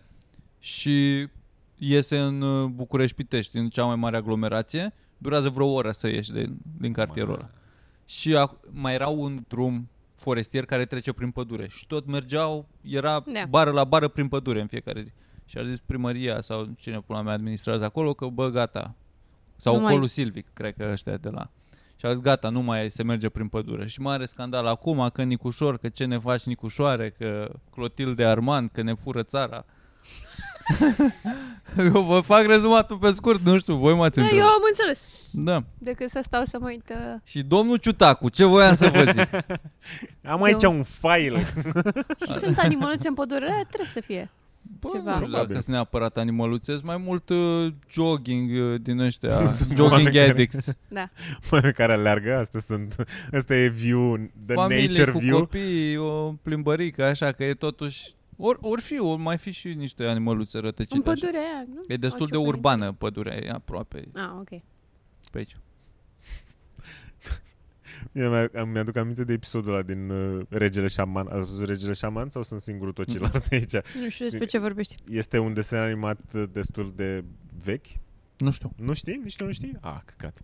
și iese în uh, București-Pitești, în cea mai mare aglomerație. Durează vreo oră să ieși din, din cartierul ăla. Și a, mai era un drum forestier care trece prin pădure și tot mergeau, era Da. bară la bară prin pădure în fiecare zi. Și a zis primăria sau cine pula mea administrează acolo că bă, gata. Sau Nu mai- Colul Silvic, cred că ăștia de la... Și a zis gata, nu mai se merge prin pădure. Și mai are scandal acum că Nicușor, că ce ne faci Nicușoare, că Clotilde Armand, că ne fură țara. Eu vă fac rezumatul pe scurt, nu știu, voi m-ați Da, eu întrebat. am înțeles. Da. Decât să stau să mă uit... uh, Și domnul Ciutacu, ce voiam să vă zic? Am aici Eu- un file. Și sunt animăluțe în pădure, aia trebuie să fie. Bă, Ceva. nu știu dacă Probabil. sunt neapărat animăluțe, sunt mai mult uh, jogging uh, din ăștia, Sunt oameni jogging care- addicts. Da. Mă, care aleargă. Asta, sunt, asta e view, the Familie nature cu view. copii, o plimbărică, așa, că e totuși... Ori, ori fi, ori mai fi și niște animăluțe rătăcite. În așa. pădurea aia, nu? E destul Au de ciocănit. urbană pădurea, e aproape Ah, ok. pe aici. Eu mi- am- Mi-aduc aminte de episodul ăla din uh, Regele Șaman. Ați văzut Regele Șaman sau sunt singurul tot ceilalți aici? Nu știu despre ce vorbești. Este un desen animat uh, destul de vechi Nu știu. Nu știi? Nici tu nu știi? Ah, căcat.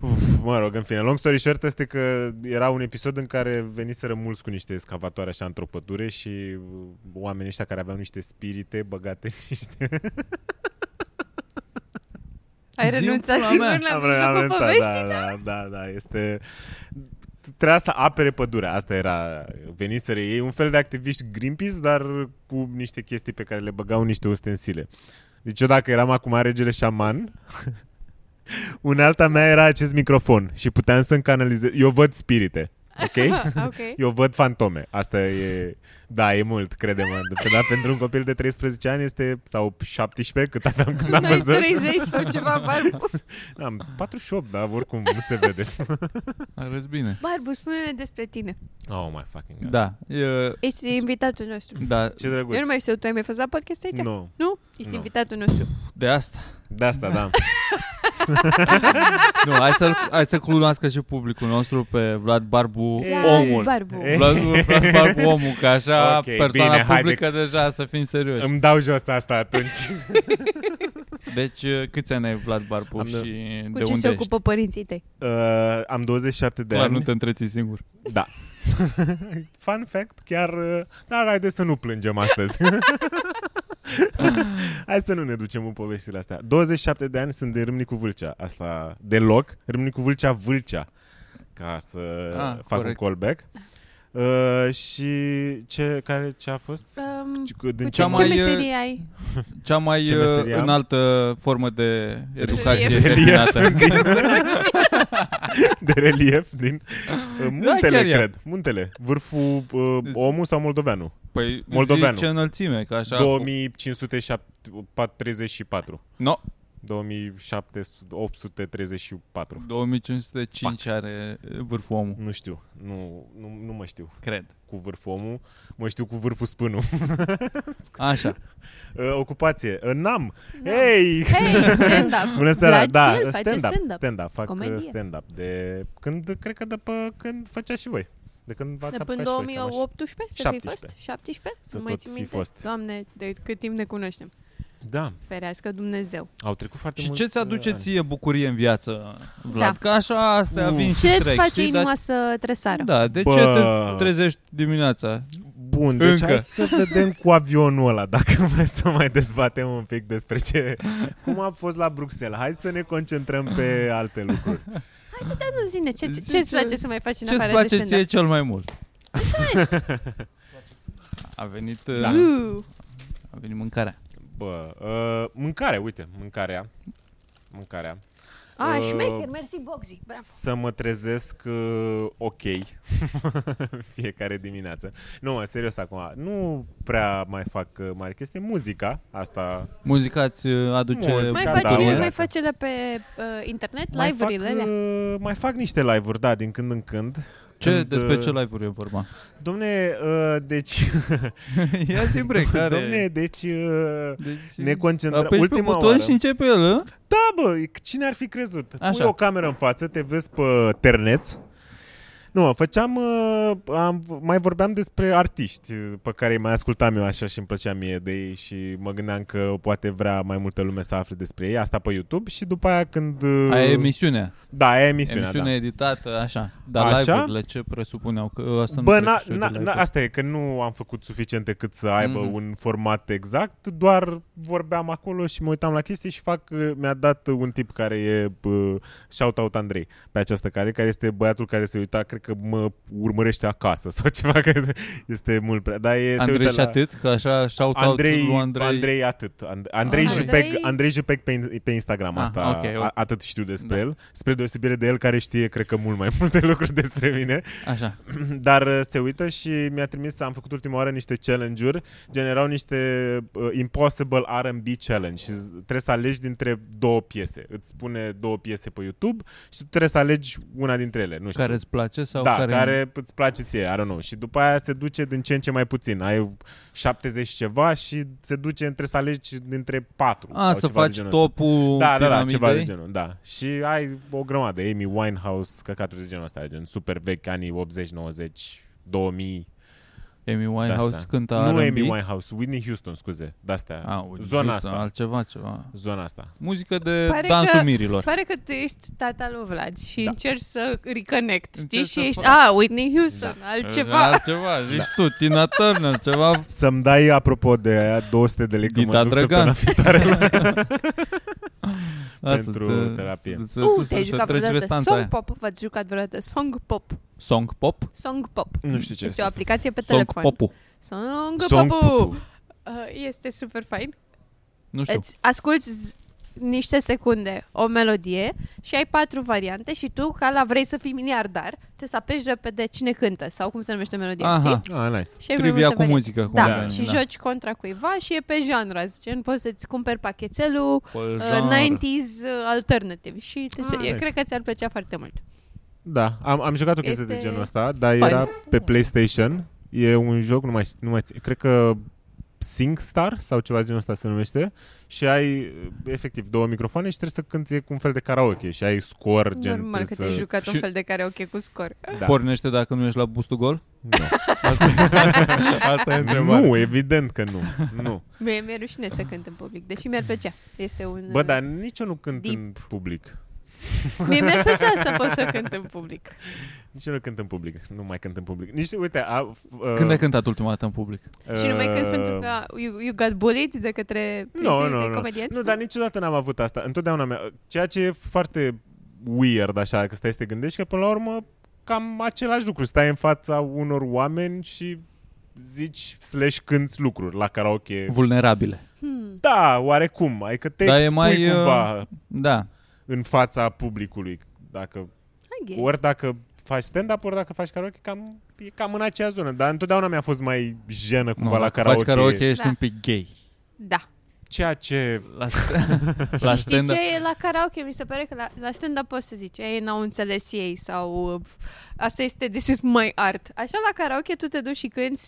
Uf, mă rog, în fine. Long story short este că era un episod în care veniseră mulți cu niște escavatoare așa într-o pădure și uh, oamenii ăștia care aveau niște spirite băgate în niște... Ai Zi-mi renunțat pula sigur mea. la mijlocul povestii? da, da, da, da, este... Trebuia să apere pădurea, asta era veniseră ei, un fel de activiști Greenpeace, dar cu niște chestii pe care le băgau în niște ustensile. Deci eu dacă eram acum regele șaman, unealta mea era acest microfon și puteam să-mi canalizez... Eu văd spirite, ok? Ah, ok. Eu văd fantome. Asta e... Da, e mult, crede-mă. Pe- Da, pentru un copil de 13 ani este... Sau 17, cât aveam când am N-ai văzut. 30 sau ceva, Barbu. Am 48, da, oricum nu se vede. Arăți bine. Barbu, spune-ne despre tine. Oh my fucking god. Da. E, Ești invitatul nostru. da, Ce drăguț. Eu nu mai știu, tu ai mai fost la podcast aici? Nu. Nu? Ești Nu. invitatul nostru. de asta. De asta, da. Nu, hai să, hai să cunoască și publicul nostru pe Vlad Barbu, Vlad omul. Barbu. E. Vlad, Vlad Barbu, omul, că așa Eh? Ok, okay, persoana bine, bine, haide. publică deja, să fim serioși. Îmi dau jos asta atunci. Deci, câți ani ai Vlad Barbu Am de- și de, Cu unde ce ești? se ocupă părinții tăi? Uh, am 27 de Clar, ani. nu te întreții singur. Da. Fun fact, chiar... uh, Dar haideți să nu plângem astăzi. Hai să nu ne ducem în poveștile astea. 27 de ani sunt de Râmnicu Vâlcea. Asta deloc. Râmnicu Vâlcea Vâlcea. Ca să Ah, fac corect. un callback. Uh, și ce, care, ce a fost? Um, Cu- Deci, Din eh, cu ce ce, cea mai, uh, ce mă- meserie ai? Cea mai Ce uh, meserie am? înaltă formă de educație Relief. terminată. de relief din uh, Muntele, Da, chiar Deci- e. cred. Muntele. Vârful uh, omul sau moldoveanu? Păi Moldoveanu. zice înălțime, că așa... 2534. No, 2734. 2505 are vârful omul, Nu știu, nu, nu, nu mă știu cred. cu vârful omul, mă știu cu vârful spânul. Așa. Uh, ocupație, uh, n-am. Hei! Hei, stand-up. Bună seara, Vlad da, și el face stand-up, stand-up. stand-up, fac Comedie. uh, stand-up de când, cred că de pe când făcea și voi. De când v-ați De până apucat și voi, cam așa. 2018 să fi fost? 17. 17? Să nu mai tot țin fi minte? fost. Doamne, de cât timp ne cunoaștem. Da, Ferească Dumnezeu. au trecut foarte Și mult. uh, ce-ți aduce ție bucurie în viață, Vlad? Da. Că așa astea Uf. vin și Ce îți trec, face știi? Dar- inima să tresară? Da, de ce Bă. te trezești dimineața? Bun, deci Încă. hai să vedem cu avionul ăla, dacă vrei să mai dezbatem un pic despre ce, cum a fost la Bruxelles. Hai să ne concentrăm pe alte lucruri. Nu zine, ce Zice- ce îți place să mai faci în Ce-ți afară de place ție stand-up? cel mai mult? A venit, da. Uh, a venit mâncarea. Bă, uh, mâncare, uite, mâncarea. Mâncarea. A, Uh, Ah, șmecher, mersi Boxy, bravo. Să mă trezesc uh, ok fiecare dimineață. Nu, mă, serios acum, nu prea mai fac uh, mari chestii. Muzica, asta Muzica îți uh, aduce Muzica, Mai da, faci, uite. mai faci ele pe uh, internet, mai fac, live-urile alea? uh, mai fac niște live-uri, da, din când în când. Ce, Când, despre uh, ce live-uri e vorba? Domne, uh, deci Ia zi break, care... Domne, deci uh, deci, ne concentrăm. apeși pe Ultima buton oară. și începe el, ă? Da, bă, cine ar fi crezut? Așa. Așa. Pui o cameră în față, te vezi pe terneț. Nu, mă, făceam, uh, am, mai vorbeam despre artiști uh, pe care îi mai ascultam eu așa și îmi plăcea mie de ei și mă gândeam că poate vrea mai multă lume să afle despre ei, asta pe YouTube și după aia când... uh, Aia e emisiunea. Da, aia e emisiunea, Emisiunea, da. editată, așa. Dar Așa? live-urile ce presupuneau? Că asta Bă, nu na, trece na, de na, live-uri. asta e, că nu am făcut suficiente cât să aibă Mhm. mm-hmm. un format exact, doar vorbeam acolo și mă uitam la chestii și fac, uh, mi-a dat uh, un tip care e, uh, shout-out Andrei, pe această care, care este băiatul care se uita, cred că mă urmărește acasă sau ceva, că este mult prea, dar e, se Andrei uită și la... atât, că așa shout-out Andrei, lui Andrei, Andrei atât. And- Andrei, Ah, Andrei. Andrei. Jupec, Andrei Jupec pe, pe Instagram, Ah, asta ok, ok. a, atât știu despre Da. da. el, spre deosebire de el care știe, cred că, mult mai multe lucruri despre mine. Așa. Dar uh, se uită și mi-a trimis, am făcut ultima oară niște challenge-uri, gen erau niște uh, Impossible R&B Challenge și z- trebuie să alegi dintre două piese. Îți spune două piese pe YouTube și tu trebuie să alegi una dintre ele. Nu știu. Care îți place sau da, care... care... îți place ție, I don't know. Și după aia se duce din ce în ce mai puțin. Ai 70 ceva și se duce, trebuie să alegi dintre patru. A, sau să ceva de faci genul ăsta. topul Da, da, da, piramidei? ceva de genul, da. Și ai o grămadă, Amy Winehouse, căcaturi de genul ăsta, gen super vechi, anii 80, 90, 2000, Amy Winehouse De-astea. cânta Nu R&B. Amy Winehouse, Whitney Houston, scuze. De-astea. A, uite, Zona Ah, Houston, asta. Altceva, ceva. Zona asta. Muzică de Pare dansul că- mirilor. Pare că tu ești tata lui Vlad și Da. da. încerci să reconnect, știi? Încerc să Și ești, fac- a, Whitney Houston, da. altceva. Altceva, zici Da. tu, Tina Turner, ceva Să-mi dai, apropo de aia, 200 de lei când Dita mă duc Drăgan. săptămâna viitoare la... Asta, Pentru să- terapie. Să, să, Nu, să, Uh, te-ai să jucat treci vreodată restanța song aia. pop, v-ați jucat vreodată song pop, Song pop? song pop. Nu știu Este ce este o asta. aplicație pe Song telefon. pop Song Song pop. Pupu. Este super fain. Nu știu. Îți asculti z- niște secunde o melodie și ai patru variante și tu, ca la vrei să fii miliardar, te să apeși repede cine cântă sau cum se numește melodia, știi? Aha, Ah, nice. Și ai mai trivia multe cu variante. muzică. cum Da, veni, și joci contra cuiva și e pe genre, gen poți să-ți cumperi pachetelul Pe uh, genre. 90s alternative și te, Ah, eu nice. cred că ți-ar plăcea foarte mult. Da, am, am jucat o chestie Este de genul ăsta, dar fun. era pe PlayStation. E un joc, nu mai, nu mai țin- cred că SingStar sau ceva de genul ăsta se numește și ai efectiv două microfoane și trebuie să cânti cu un fel de karaoke și ai scor gen Normal că trebuie te-ai să... jucat și- un fel de karaoke cu scor. Da. Pornește dacă nu ești la bustul gol? Da. Asta e întrebarea. Ah, Nu, evident că nu. nu. Mie mi-e rușine să cânt în public, deși mi-ar plăcea. Este un... Bă, dar nici eu nu cânt Deep. în public. Mie mi-ar plăcea să pot să cânt în public. Nici eu nu cânt în public. Nu mai cânt în public. Nici, uite, a, uh, Când ai cântat ultima dată în public? uh, Și nu mai cânt pentru că you, you got bullied de către Nu, prietenii nu, de nu. comedienți. Nu, dar niciodată n-am avut asta. Întotdeauna mea. Ceea ce e foarte weird, așa, că stai să te gândești, că până la urmă cam același lucru. Stai în fața unor oameni și zici slash cânti lucruri la karaoke. Vulnerabile. Hmm. Da, oarecum. Adică te Dar e expui mai, mai, cumva uh... Da. în fața publicului. Dacă, I guess. ori dacă faci stand-up, ori dacă faci karaoke, cam, e cam în aceea zonă. Dar întotdeauna mi-a fost mai jenă cumva Nu, la dacă karaoke. Faci karaoke, ești Da. un pic gay. Da. Ceea ce... La, la Știi stand ce e la karaoke? Mi se pare că la, la stand-up poți să zici, ei n-au înțeles ei sau uh, asta este this is my art. Așa la karaoke tu te duci și cânti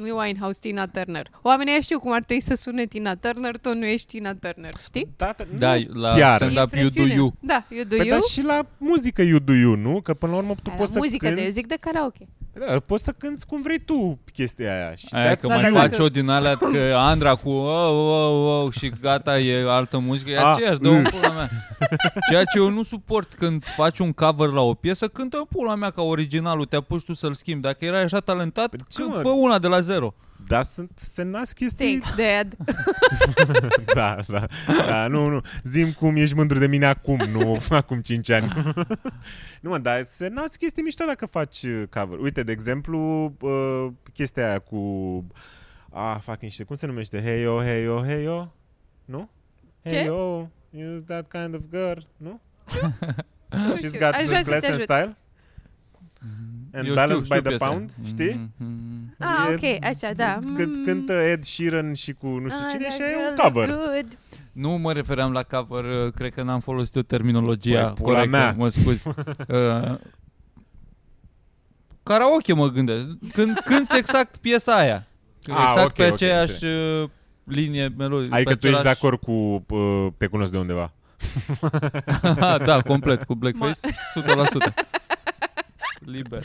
Amy Winehouse, Tina Turner. Oamenii ăia știu cum ar trebui să sune Tina Turner, tu nu ești Tina Turner, știi? Da, Da, nu la chiar. stand-up you do Impresiune. you. Da, you do Păi you. dar și la muzică you do you, nu? Că până la urmă tu Hai, poți la să muzică, cânti, dar eu zic de karaoke. da, poți să cânti cum vrei tu chestia aia. Și Aia that's că Da, mai da, you. da. faci o din alea că Andra cu oh, oh, oh, și gata, e altă muzică, e A, aceeași, dă mm. în pula mea. Ceea ce eu nu suport când faci un cover la o piesă, cântă în pula mea ca originalul, te apuci tu să-l schimbi. Dacă erai așa talentat, Păi ce, când mă? fă una de la zero. Dar sunt, se nasc chestii. Thanks, Dad. da, da, da, nu, nu. Zim cum ești mândru de mine acum, nu acum 5 ani. nu, mă, dar se nasc chestii mișto dacă faci uh, cover. Uite, de exemplu, uh, chestia aia cu... Ah, fucking shit, cum se numește? Hey yo, hey yo, hey yo? Nu? Ce? Hey yo, you're that kind of girl, nu? She's știu, got aș good vrea să te class and ajut. style. And Mm-hmm. eu Balanced știu, știu by the piesa. Mm. Pound, știi? Mhm. Ah, E- ok, așa, da. Când cântă Ed Sheeran și cu nu știu Ah, cine that și e un girl cover. look good. Nu mă refeream la cover, uh, cred că n-am folosit o terminologia Păi, pula corectă, mea. mă scuzi. Uh, karaoke mă gândesc. Când cânti exact piesa aia. Ah, Exact ok, pe ok, aceeași uh, linie melodie. Adică pe tu ești de același- acord cu uh, Te cunosc de undeva. da, complet, cu blackface, 100%. Liber.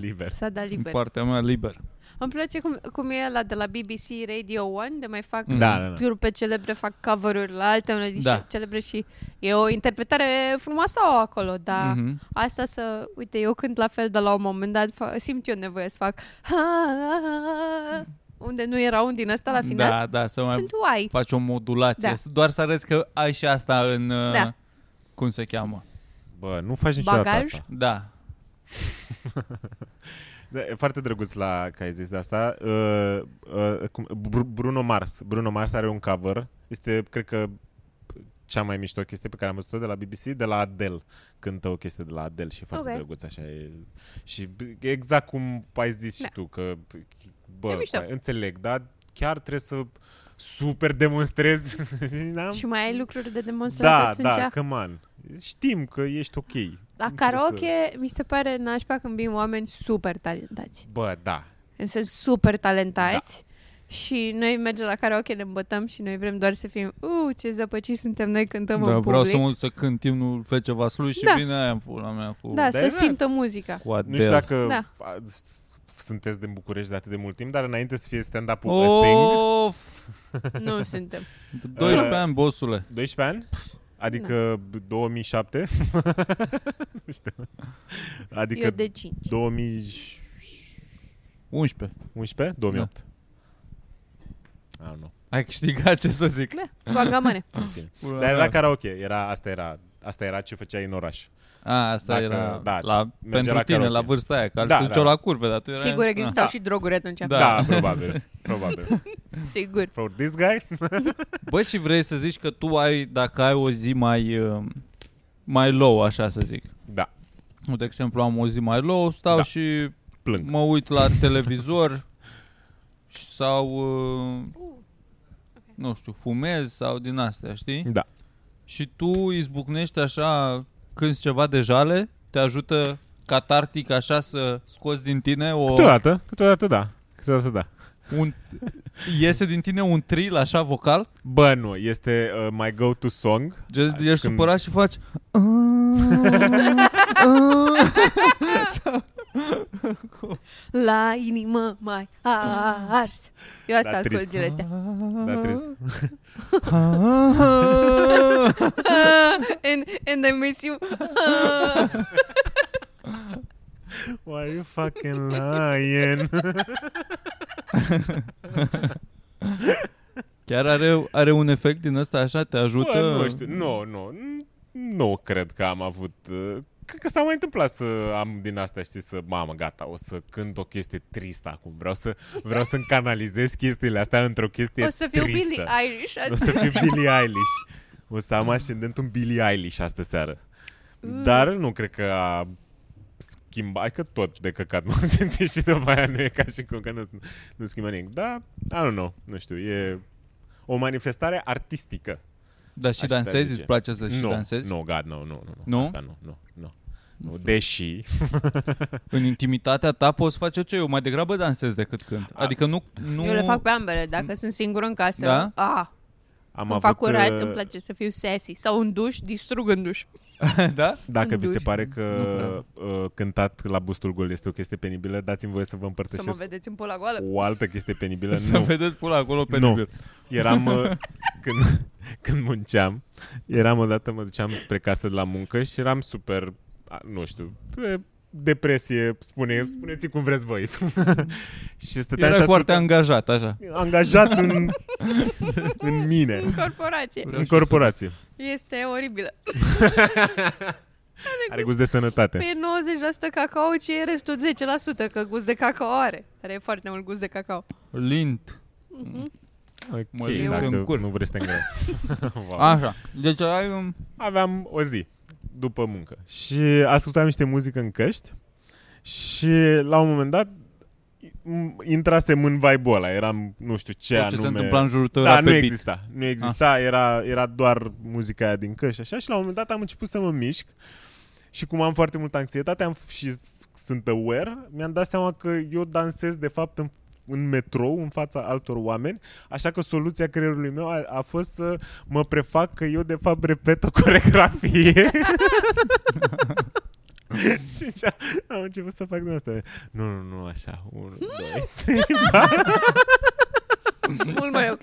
Liber. S-a dat În liber. partea mea, liber. Îmi place cum, cum e la de la BBC Radio 1, de mai fac Da, da, da. grupe celebre, fac cover-uri la alte melodii Da. da. celebre și e o interpretare frumoasă au acolo, dar mm-hmm. Mhm. asta să, uite, eu cânt la fel de la un moment dat, fa- simt eu nevoie să fac unde nu era un din ăsta la final, Da, da, să da. mai sunt uai. faci o modulație. Da. Doar să arăți că ai și asta în... uh, Da. Cum se cheamă? Bă, nu faci niciodată Bagaj? asta. Da. Da, e foarte drăguț la că ai zis de asta. Uh, uh, cum, Bru- Bruno Mars. Bruno Mars are un cover. Este, cred că, cea mai mișto chestie pe care am văzut-o de la BBC, de la Adele. Cântă o chestie de la Adele și e foarte Ok. drăguț, așa e. Și b- e exact cum ai zis și Da. tu, că, bă, E mișto. bă, înțeleg, dar chiar trebuie să super demonstrezi. N-am- Și mai ai lucruri de demonstrat da, atunci? da, come on. Știm că ești ok. La Nu trebuie Să... karaoke mi se pare nașpa când vin oameni super talentați. Bă, da. Sunt super talentați da. și noi mergem la karaoke, ne îmbătăm și noi vrem doar să fim Uuu, ce zăpăcii suntem noi, cântăm da, vreau în public. să mă duc să cânt imnul Fece Vaslui și Da. vine aia în pula mea cu, Da, Da, să exact. simtă muzica. cu Nu știu Adele. dacă Da. a- sunteți din București de atât de mult timp, dar înainte să fie stand-up-ul Oh! a thing, Of! Nu suntem. 12 ani, bosule. 12 ani? Adică Da. 2007? nu știu. Adică Eu de 5. 2011? 11. 2008? Da. Ah, nu. Ai câștigat, ce să zic. Da. Guangamane. Pula Dar era mea. karaoke, era, asta era asta era ce făceai în oraș. A, asta Dacă- era da, la, mergea pentru la tine, karaoke. la vârsta aia, că Da, da, se da. duceau la curve, dar tu erai... Sigur existau Da. și droguri atunci. Da. Da, da probabil. probabil. Sigur. For this guy? Bă, și vrei să zici că tu ai, dacă ai o zi mai, uh, mai low, așa să zic. Da, Eu, De exemplu, am o zi mai low, stau Da. da. și plâng. mă uit la televizor și- sau, uh, nu știu, fumez sau din astea, știi? Da. Și tu izbucnești așa când ceva de jale, te ajută catartic așa să scoți din tine o... Câteodată, câteodată da. Câteodată da. un, iese din tine un trill așa vocal, Bă, nu, este uh, my go-to song. gen, ești Când- când... supărat și faci La inimă mai ars. Eu asta Da, ascult trist. zilele astea. Da, trist. and, and I miss you. Why you fucking lying? Chiar are, are un efect din ăsta așa, te ajută Bă, nu știu, nu, nu, n- nu cred că am avut... uh, Cred că s-a mai întâmplat să am din asta, știi, să, mamă, gata, o să cânt o chestie tristă acum. Vreau să, vreau să-mi canalizez chestiile astea într-o chestie O să fiu tristă. Billie Irish. O să fiu Billie Eilish. O să am ascendentul Billie Eilish astă seară. Mm. Dar nu cred că a schimbat, hai că tot de căcat mă simțit și după aia nu e ca și cum că nu, nu schimbă nimic. Dar, I don't know, nu știu, e o manifestare artistică. Dar și Aș putea dansezi? zice. Îți place să și nu, dansezi? Nu, God, nu, nu, nu. Nu? Asta nu, nu, nu. nu. Deși, În intimitatea ta poți face ce eu mai degrabă dansez decât cânt. Adică nu... nu... Eu le fac pe ambele. Dacă sunt singur în casă, Da? a, am când avut... fac curat, uh, îmi place să fiu sassy. Sau în duș, distrug în duș. da? Dacă în vi se duș. pare că Nu uh, cântat la bustul gol este o chestie penibilă, dați-mi voie să vă Să mă împărtășesc vedeți în pola goală. o altă chestie penibilă. Să nu. vedeți pula acolo pe Nu. nivel. Eram uh, când, când munceam, eram odată mă duceam spre casă de la muncă și eram super, a, nu știu, e, depresie, spune, spuneți cum vreți voi. și stăteam și Era foarte ascultam- angajat, așa. angajat în, în În mine, corporație. Vreau și eu în să- corporație. Este oribilă. Are gust de Păi, sănătate. Pe 90% cacao, ce e restul 10% că gust de cacao are. Are foarte mult gust de cacao. Lint. mă Ok, ridic dacă în cur. nu vreți să te îngreu. Wow. Așa. Deci ai un... aveam o zi după muncă și ascultam niște muzică în căști și la un moment dat m- intrasem în vibe ăla, eram nu știu ce Tot anume. ce Deci se întâmpla în jurul tău da, era nu pe beat. Ah. exista. Nu exista, era, era doar muzica aia din căști așa și la un moment dat am început să mă mișc și cum am foarte multă anxietate am, și s- sunt aware, mi-am dat seama că eu dansez de fapt în, în metrou, în fața altor oameni, așa că soluția creierului meu a, a fost să mă prefac că eu de fapt repet o coregrafie. și ce- am început să fac din asta. Nu, nu, nu, așa. Unu, doi. Mult mai ok.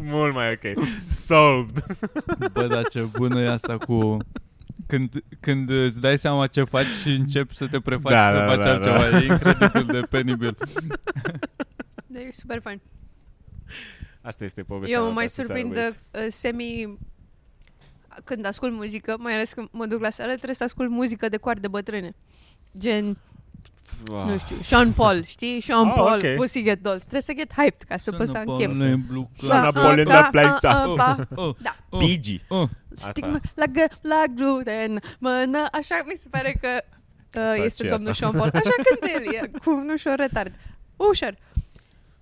Mult mai ok. Solved. Bă, dar ce bună e asta cu... Când, când îți dai seama ce faci și începi să te prefaci Da, da, să da, da, faci da, da, altceva, da. da. e incredibil de penibil. Dar Deci e super fun. Asta este povestea. Eu mă mea, mai asta să surprind aveți. uh, semi când ascult muzică, mai ales când mă duc la sală, trebuie să ascult muzică de coarde bătrâne. Gen, nu știu, Sean Paul, știi? Sean Ah, Paul, ok. Pussycat Dolls. Trebuie să get hyped ca să poți să am chef. Până blu- Sean Ba, Paul and ba, the Place ba, of- ba, Oh, oh, Da, oh, Pigi. oh. stigma la, gă- la gluten, mână, așa mi se pare că uh, este ce e domnul asta? Sean Paul. Așa când el e, cu un ușor retard. Ușor.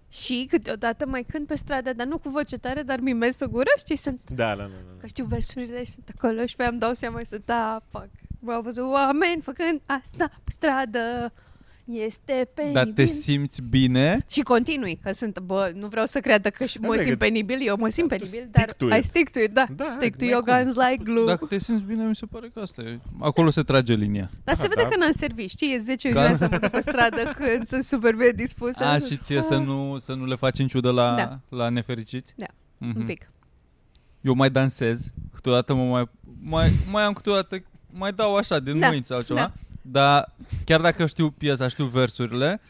Și câteodată mai cânt pe stradă, dar nu cu voce tare, dar mimez pe gură, știi, sunt Da, da, da, da. Că știu versurile și sunt acolo și pe îmi dau seama și sunt, da, fuck. Bă, au văzut oameni făcând asta pe stradă. Este penibil. Dar te simți bine? Și continui, că sunt, bă, nu vreau să creadă că și mă Asta e simt că- penibil, eu mă simt Dar tu penibil, stick dar to it. I stick to it, da, Da, stick to n-ai your cum. guns like glue. Dacă te simți bine, mi se pare că asta e. Acolo se trage linia. Dar se Da, vede da. că n-am servit, știi, e 10 Ca- dimineața, mă duc pe stradă când sunt super bine dispusă. A, și ție să nu, să nu le faci în ciudă la, Ah. Da. la nefericiți? Da. Mhm. Un pic. Eu mai dansez, câteodată mă mai, mai, mai am câteodată, mai dau așa din Da, da. mâini sau ceva, da. da. dar chiar dacă știu piesa, știu versurile,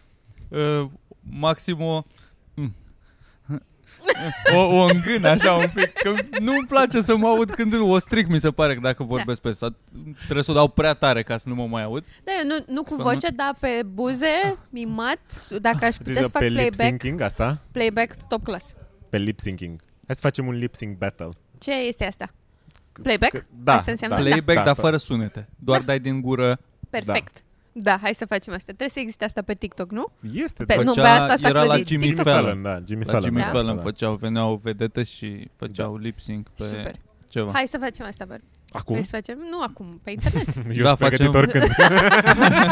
uh, maxim o, mm, o, o îngân așa un pic, că nu-mi place să mă aud când o stric, mi se pare că dacă vorbesc pe asta, trebuie să o dau prea tare ca să nu mă mai aud. Da, eu nu, nu cu Să voce, dar pe buze, mimat, dacă aș putea Zis să Ah. pe fac lip playback, syncing asta? playback top class. Pe lip syncing. Hai să facem un lip sync battle. Ce este asta? Playback? Că- Da, Asta înseamnă- da. Playback, Da, dar da. fără sunete, doar Da. dai din gură. Perfect. Da. da, hai să facem asta. Trebuie să existe asta pe TikTok, nu? Este Pe- tot nu, Făcea- pe asta s-a era la clădit Jimmy TikTok. Fallon. Fallon, da, Jimmy La Fallon. Jimmy da, Fallon da. făceau, veneau vedete și făceau lip sync pe Super. ceva. Hai să facem asta, Băr. Acum? Vrei să facem? Nu acum, pe internet. Eu Da, sunt pregătit facem- oricând.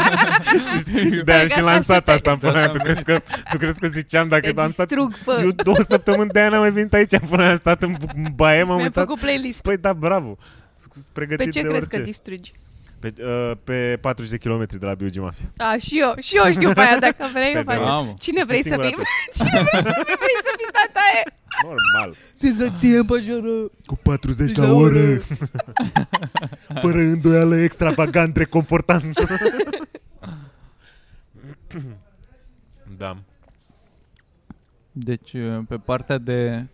de am Gata, și lansat asta asta în până Da, aia. da. Tu crezi că, tu crezi că ziceam dacă Te am stat... distrug, bă. Eu două săptămâni de aia n-am mai venit aici, până am stat în bu- în baie, m-am Mi-am uitat. făcut playlist. Păi da, bravo. Sunt Pe pregătit ce de crezi orice. că distrugi? pe, uh, pe 40 de kilometri de la Biugi Mafia. A, și eu, și eu știu pe aia, dacă vrei, o Pe facem. Mamă. Cine vrei să singura fim? Cine vrei să fim? Vrei să fii tata e? Normal. Senzație împăjoră Cu 40 la oră. Fără îndoială extravagant, reconfortant. da. Deci, pe partea de...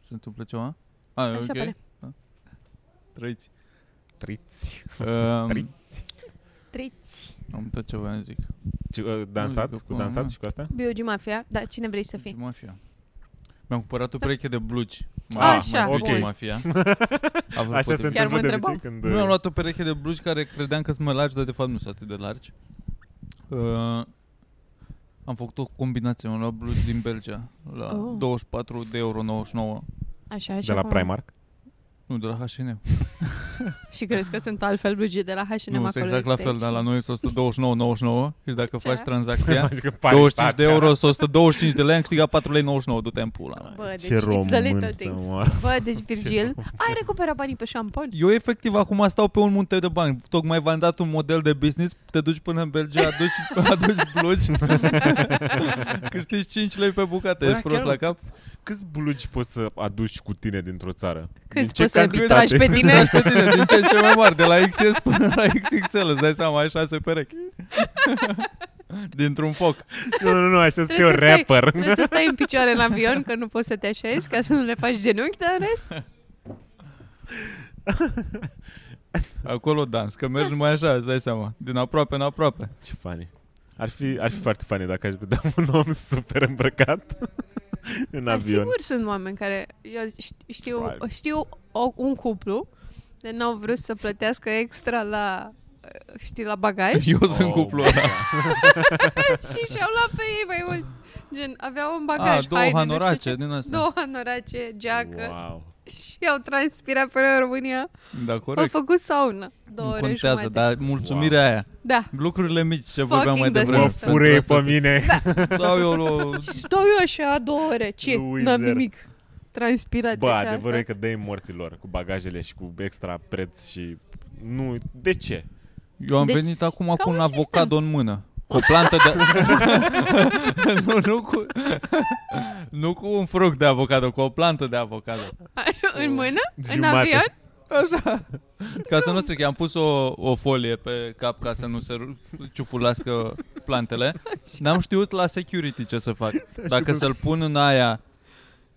Se întâmplă ceva? A, Așa pare. Da. Trăiți. Triți. Um, Triți. Triți. am tot ce voiam să zic. Ce, uh, dansat? Nu zic Cu acum, dansat mă. și cu asta? Biogi Mafia, da, cine vrei să Deci, fii? mafia. Mi-am cumpărat o pereche de blugi. Ah, așa, Blugi bun. mafia. Apropo Așa de- se Chiar mă întâmplă de întrebam. obicei când... uh, Nu am luat o pereche de blugi care credeam că sunt mai largi, dar de fapt nu sunt atât de largi. Uh, am făcut o combinație, am luat blugi din Belgia la Oh. 24 de euro 99. Așa, și De la acum- Primark? Nu, de la H&M. Și crezi că sunt altfel blugi de la H&M Nu, acolo? sunt exact la este fel, dar la noi sunt 129,99 și Deci dacă Ce? faci tranzacția, Faci că 25 de paritate. euro sau 125 de lei, am câștigat 4,99 lei, du-te în pula mea. Bă, deci da. Ce it's the little român să things. moară. Bă, deci Virgil, ai recuperat banii pe șampon? Eu efectiv acum stau pe un munte de bani. Tocmai v-am dat un model de business, te duci până în Belgia, aduci, aduci blugi, câștigi 5 lei pe bucată, Bă, ești prost chiar la cap. Câți blugi poți să aduci cu tine dintr-o țară? Din Câți ce poți să cantitate? tragi pe tine? Tragi pe tine din ce în ce mai mari, de la XS până la XXL, îți dai seama, ai 6 perechi. Dintr-un foc. Nu, nu, nu, așa sunt eu Trebuie să stai- rapper. Trebuie să stai în picioare în avion, că nu poți să te așezi, ca să nu le faci genunchi, dar în rest... Acolo dans, că mergi numai așa, îți dai seama. Din aproape în aproape. Ce funny. Ar fi, ar fi foarte funny dacă aș vedea un om super îmbrăcat în Dar avion. Sigur sunt oameni care... Eu șt- știu, Probabil. știu o, un cuplu de n-au vrut să plătească extra la știi, la bagaj Eu sunt Oh, cuplul ăla. și și-au luat pe ei mai mult. Gen, aveau un A, bagaj. Ah, două haine, nu știu hanorace ce. din astea. Două hanorace, geacă Wow. și au transpirat până în România. Da, Au corect. făcut saună. Două Nu ore contează, da. jumate. dar mulțumirea aia. da. Lucrurile mici, ce vorbeam mai Fucking the devreme. Mă Vreau fură Pentru pe asta mine. Da, te- Dau eu o... Stau eu așa două ore. Ce? Loser. N-am nimic. Transpirat Bă, așa. da. adevărul e că dai morților cu bagajele și cu extra preț și... Nu, de ce? Eu am Deci, deci, venit acum ca cu un un sistem. avocado în mână. Cu o plantă de... nu, nu cu... nu cu un fruct de avocado, cu o plantă de avocado. în mână? În Jumate. avion? Ca să nu stric, am pus o, o folie pe cap ca să nu se ru- ciufulească plantele. N-am știut la security ce să fac. Dacă cum- să-l pun în aia,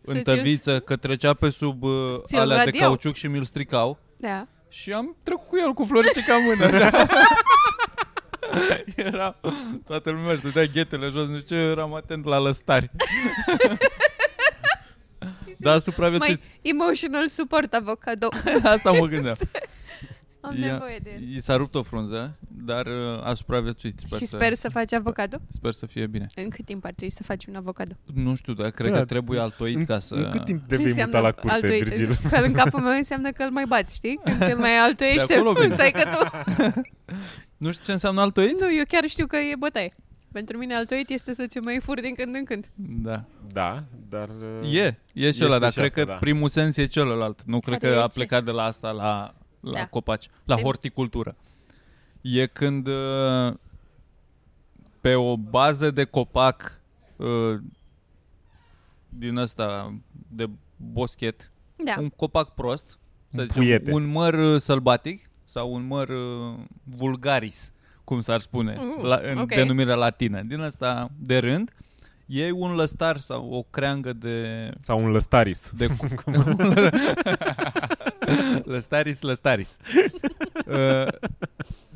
în Să-ți- tăviță, că trecea pe sub uh, Ți-l alea de radiau. cauciuc și mi-l stricau. Da. Și am trecut cu el cu floricica în mână așa. Era toată lumea își dădea ghetele jos, nu știu, ce, eu eram atent la lăstari. da, a Mai supraviețuit. emotional support avocado. Asta mă gândeam. Am Ia- nevoie de el. I s-a rupt o frunză, dar uh, a supraviețuit. Sper și să, sper să faci avocado? sper să fie bine. În cât timp ar trebui să faci un avocado? Nu știu, dar cred Da, că trebuie altoit În, ca să... în cât timp te Ce vei înseamnă muta la curte, altuite? Virgil? Că în capul meu înseamnă că îl mai bați, știi? Când îl mai De altuiește, acolo vine. tai că tu. Nu știu ce înseamnă altoit? Nu, eu chiar știu că e bătaie. Pentru mine altoit este să-ți mai fur din când în când. Da. Da, dar... uh, E, e celălalt, dar și cred asta, că da. primul sens e celălalt. Nu cred Care că e a ce? plecat de la asta la, la Da. copaci, la Sim. horticultură. E când uh, pe o bază de copac uh, din asta de boschet, Da. un copac prost, să Un zicem, puiete. un măr uh, sălbatic sau un măr uh, vulgaris, cum s-ar spune Mm, la, în ok. denumirea latină. Din asta de rând, e un lăstar sau o creangă de... Sau un lăstaris. de lăstaris, lăstaris. Uh,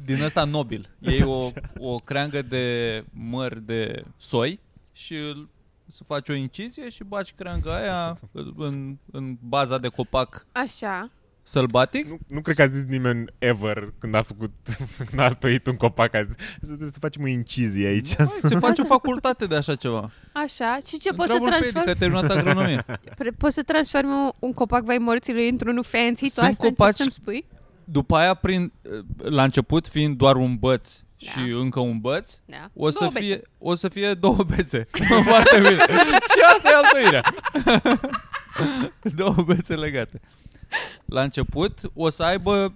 din asta nobil. E o, o creangă de măr de soi și îl- să faci o incizie și baci creanga aia în, în baza de copac Așa. sălbatic Nu, nu cred că a zis nimeni ever când a făcut, când a altoit un copac, a zis, "Să- trebuie să facem o incizie aici. Hai, se face o facultate de așa ceva. Așa. Și ce poți să Întreabă-l pe Edi, transformi? că a terminat agronomie. Pre- Poți să transformi un- un copac vai morților într-un fancy? Tu Sunt asta copaci- încerci să-mi spui? După aia, prin, la început, fiind doar un băț da. Da. și încă un băț, Da. o să, Două fie, bețe. o să fie două bețe. Foarte bine. și asta e altoirea. două bețe legate. La început o să aibă,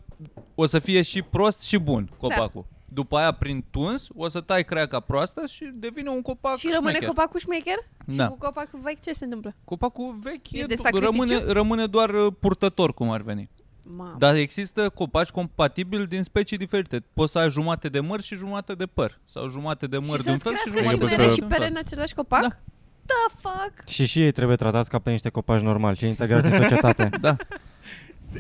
o să fie și prost și bun copacul. Da. După aia, prin tuns, o să tai creaca proastă și devine un copac Și rămâne șmecher. copacul șmecher? Da. Și cu copacul vechi ce se întâmplă? Copacul vechi E e de do- sacrificiu? rămâne, rămâne doar uh, purtător, cum ar veni. Mamă. Dar există copaci compatibili din specii diferite. Poți să ai jumate de măr și jumate de păr. Sau jumate de măr și de un să-ți fel și crească și jumate Poți de mere păr și să- de un pere în fel. același copac? Da. The fuck? Și și ei trebuie tratați ca pe niște copaci normali și integrați în societate. Da. Tu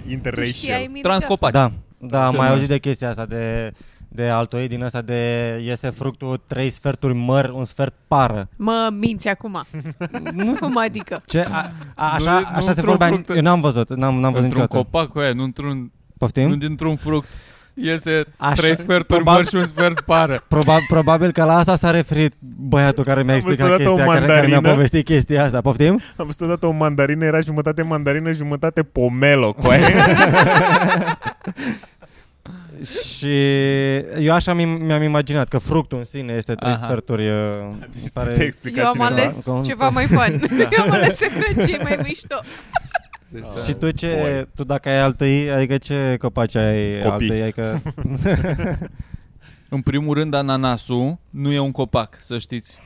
știai, Interracial. Mirica? Transcopaci. Da, da, Se am mai numește. auzit de chestia asta, de, de altoid din asta, de iese fructul trei sferturi măr, un sfert pară. Mă minți acum. Cum adică? Ce? A, a, așa, Nu- nu așa se într-un vorbea, fruct. eu n-am văzut, n-am, n-am văzut Într-un niciodată. copac cu aia, nu, într-un, nu Poftim? dintr-un fruct. Iese Așa, trei sferturi probabil- măr și un sfert pară. Proba- probabil că la asta s-a referit băiatul care mi-a Am văzut explicat odată o chestia, care, care mi-a mandarină. povestit chestia asta. Poftim? Am văzut odată o mandarină, era jumătate mandarină, jumătate pomelo cu aia. Și eu așa mi- mi-am imaginat că fructul în sine este trei Aha. sferturi. uh, Deci pare- ți-a explicat Eu am cineva. ales Că un- ceva mai fun. Da. Eu am ales secret ce e mai mișto. Și tu ce, Boy. tu dacă ai altăi, adică ce copaci ai Copii. altăi, adică În primul rând, ananasul nu e un copac, să știți.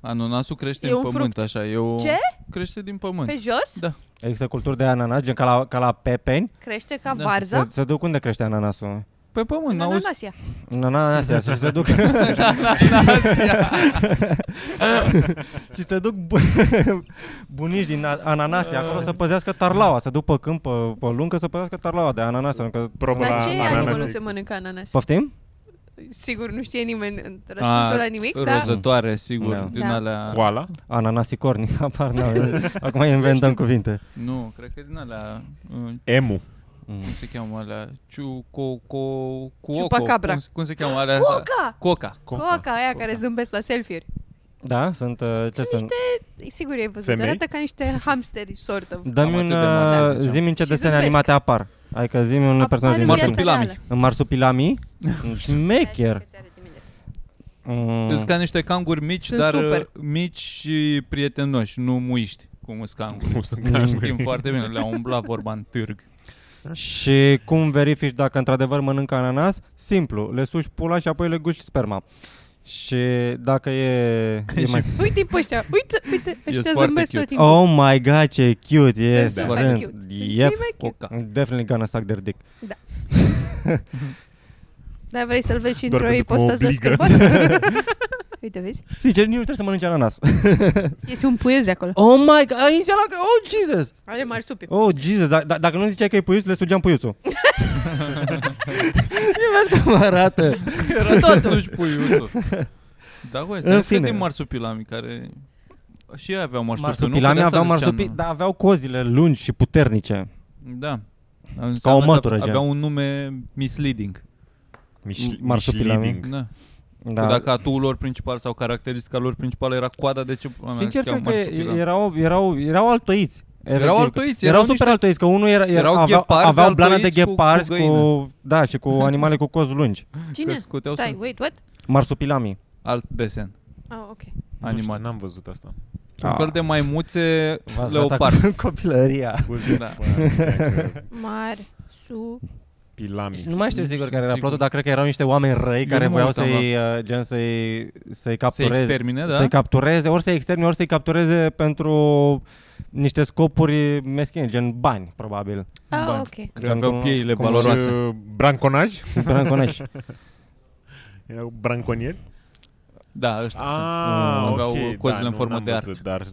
Ananasul crește E în un pământ, fruct. așa. E o... Ce? Crește din pământ. Pe jos? există culturi de ananas, gen ca la, ca la pepeni? Crește ca Da. Se, varza? se duc unde crește ananasul? Pe pământ, În n-auzi? Ananasia. În ananasia și se duc și se duc bu- bunici din a- ananasia acolo să păzească tarlaua, se duc pe câmp, pe, pe lungă să păzească tarlaua de ananas. Că Dar Proba- La ce ananas animalul se există. mănâncă ananas? Poftim? Sigur, nu știe nimeni în A, răspunsul la nimic, dar Rozătoare, sigur, Da. din Da. alea... Coala? Ananasicorni, apar n Acum inventăm cuvinte. Nu, cred că din alea... uh, Emu. Mm. cum se cheamă alea? Ciu, co, co, cuoco. Chupacabra. Cum, se- cum se cheamă alea? Coca! Coca. Coca, aia Coca. care zâmbesc la selfie-uri. Da? Sunt, uh, ce Sunt sunt? Sigur, ai văzut. Femei? Arată ca niște hamsteri, sortă. Dă-mi Cam un... atât de mari, să uh, zicem. Zi-mi în ce Și desene zâmbesc. animate apar. Adică zi-mi un personaj din viața Marsupilami. marsupilami. În marsupilami? Șmecher. Mm. Sunt ca niște canguri mici, Sunt dar super. uh, mici și prietenoși, nu muiști, cum sunt canguri. Cum sunt canguri. Știm foarte bine, le-a umblat vorba în târg. Și cum verifici dacă într-adevăr mănâncă ananas? Simplu, le suși pula și apoi le guși sperma. Și dacă e... e mai... Uite-i pe ăștia, uite, uite, ăștia foarte zâmbesc tot cute. timpul. Oh my god, ce cute e! Sunt super Sunt. cute. Sunt cei Yep. Oh. mai cute. Coca. I'm Definitely gonna suck their dick. Dar vrei să-l vezi și Doar într-o pentru că mă ipostază obligă. scârboasă? Uite, vezi? Sincer, nici nu trebuie să mănânci ananas. Este un puiez de acolo. Oh my god, ai înseamnă că... Oh, Jesus! Are marsupi. Oh, Jesus, da, da, dacă nu ziceai că e puiuț, le sugeam puiuțul. Nu vezi cum arată. Era să suci puiuțul. Da, băi, ți-am zis că fine. din marsupilami, care... Și ei aveau marsupi, nu? Că Marsupilami de asta aveau le ziceam, marsupi, da, dar aveau cozile lungi și puternice. Da. Înseamnă că mătură, gen. Aveau un nume misleading. Miș- Marsupilami. mișleading. Da. Da. Da. Dacă atul lor principal sau caracteristica lor principală era coada, de ce... pula mea, Sincer, cheamă cred că marsupilam? erau, erau, erau altoiți. Erau altoiți, erau, erau super niște- altoiți, că unul era, era Erau avea, gheparzi aveau blană de altoiți cu- cu gheparzi cu, găină. da, și cu animale cu cozi lungi. Cine? Că scoteau Stai, să- wait, what? Marsupilami. Alt desen Ah, ok. Nu știu, animat. n-am văzut asta. Un Ah. fel de maimuțe V-ați dat leopard. acum Copilăria. Scuze, Da. da. Mari, su... Pilami. Nu mai știu sigur care era Sigur. plotul, dar cred că erau niște oameni răi Eu care nu mă voiau uitam să-i, uh, gen, să-i, să-i Se captureze. extermine, da? Să-i captureze, ori să-i externe, ori să-i captureze pentru niște scopuri meschine, gen bani, probabil. Ah, Bani. ok. Cred că Cum- aveau pieile cum- valoroase. Și, uh, Branconaj? Branconești. Erau branconieri? Da, ăștia sunt. uh, Ah, Aveau ok, cozile da, în nu, formă n-am de arc. văzut, Dar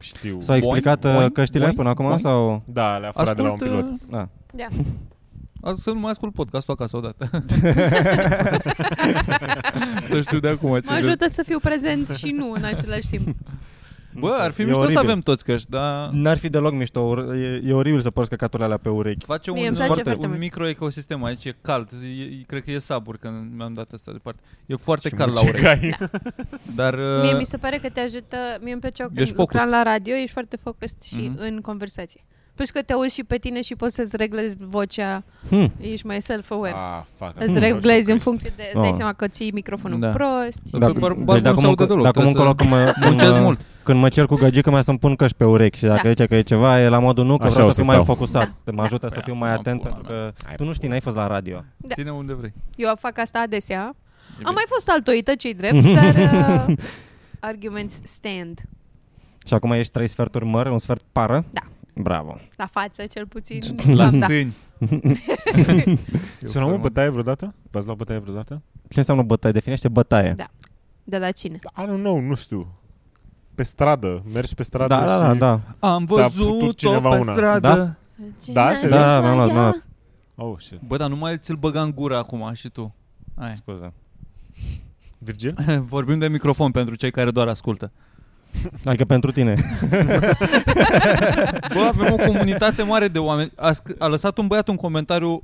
știu. S-au explicat boing, boing, căștile boing, până acum boing. sau? Da, le-a furat de la un Ascult, pilot. uh, Da. Da. a- să nu mai ascult podcastul acasă odată. să știu de acum Mă ce... ajută să fiu prezent și nu în același timp. Uh, Bă, ar fi E mișto să oribil. avem toți căști, dar... N-ar fi deloc mișto, ur- e, e oribil să porți căcaturile alea pe urechi. Face Mie un, îmi place foarte, foarte un mult. microecosistem aici, e cald, e, e, cred că e sabur când mi-am dat asta departe. E foarte Și cald la urechi, mucegai. dar Mie uh, mi se pare că te ajută, mie îmi plăceau când Ești focus. lucram la radio, ești foarte focused și Mhm. în conversație. Plus că te auzi și pe tine și poți să-ți reglezi vocea, Hmm. ești mai self-aware. Ah, fuck. acum Îți vreau reglezi să în crești. funcție de... Îți dai Ah. seama că ții microfonul Da. prost. și- Dacă- Bun, Bun de sau acum, de deloc, de acum trebuie încolo să- când mă, muncesc mă- mult. când mă cer cu gagică mea să-mi pun căști pe urechi și dacă Da. da. zice că e ceva, e la modul nu, că Așa vreau o să fiu să mai stau. focusat. Da. Mă ajută să Păi, fiu mai acum, atent pula pentru mea. că Hai, tu nu știi, n-ai fost la radio. Da. ține unde vrei. E Eu fac asta adesea. Am bine. mai fost altoită, cei drept, dar uh, arguments stand. Și acum ești trei sferturi măr, un sfert pară? Da. Bravo. La față, cel puțin. La am dat. sâni. Ți-a luat bătaie vreodată? V-ați luat bătaie vreodată? Ce înseamnă bătaie? Definește bătaie. Da. De la cine? I don't know, nu știu. Pe stradă, mergi pe Da, stradă da, da, da. și... da. Am Ți-a făcut văzut-o cineva pe una. stradă. Da? Da, Cine serios? a ajuns Da, mi-am la luat, ea? mi-am luat. Oh, shit. Bă, dar nu mai ți-l băga în gură acum și tu. Hai. Scuze. Virgil? Vorbim de microfon pentru cei care doar ascultă. Adică pentru tine. Bă, avem o comunitate mare de oameni. A, sc- a lăsat un băiat un comentariu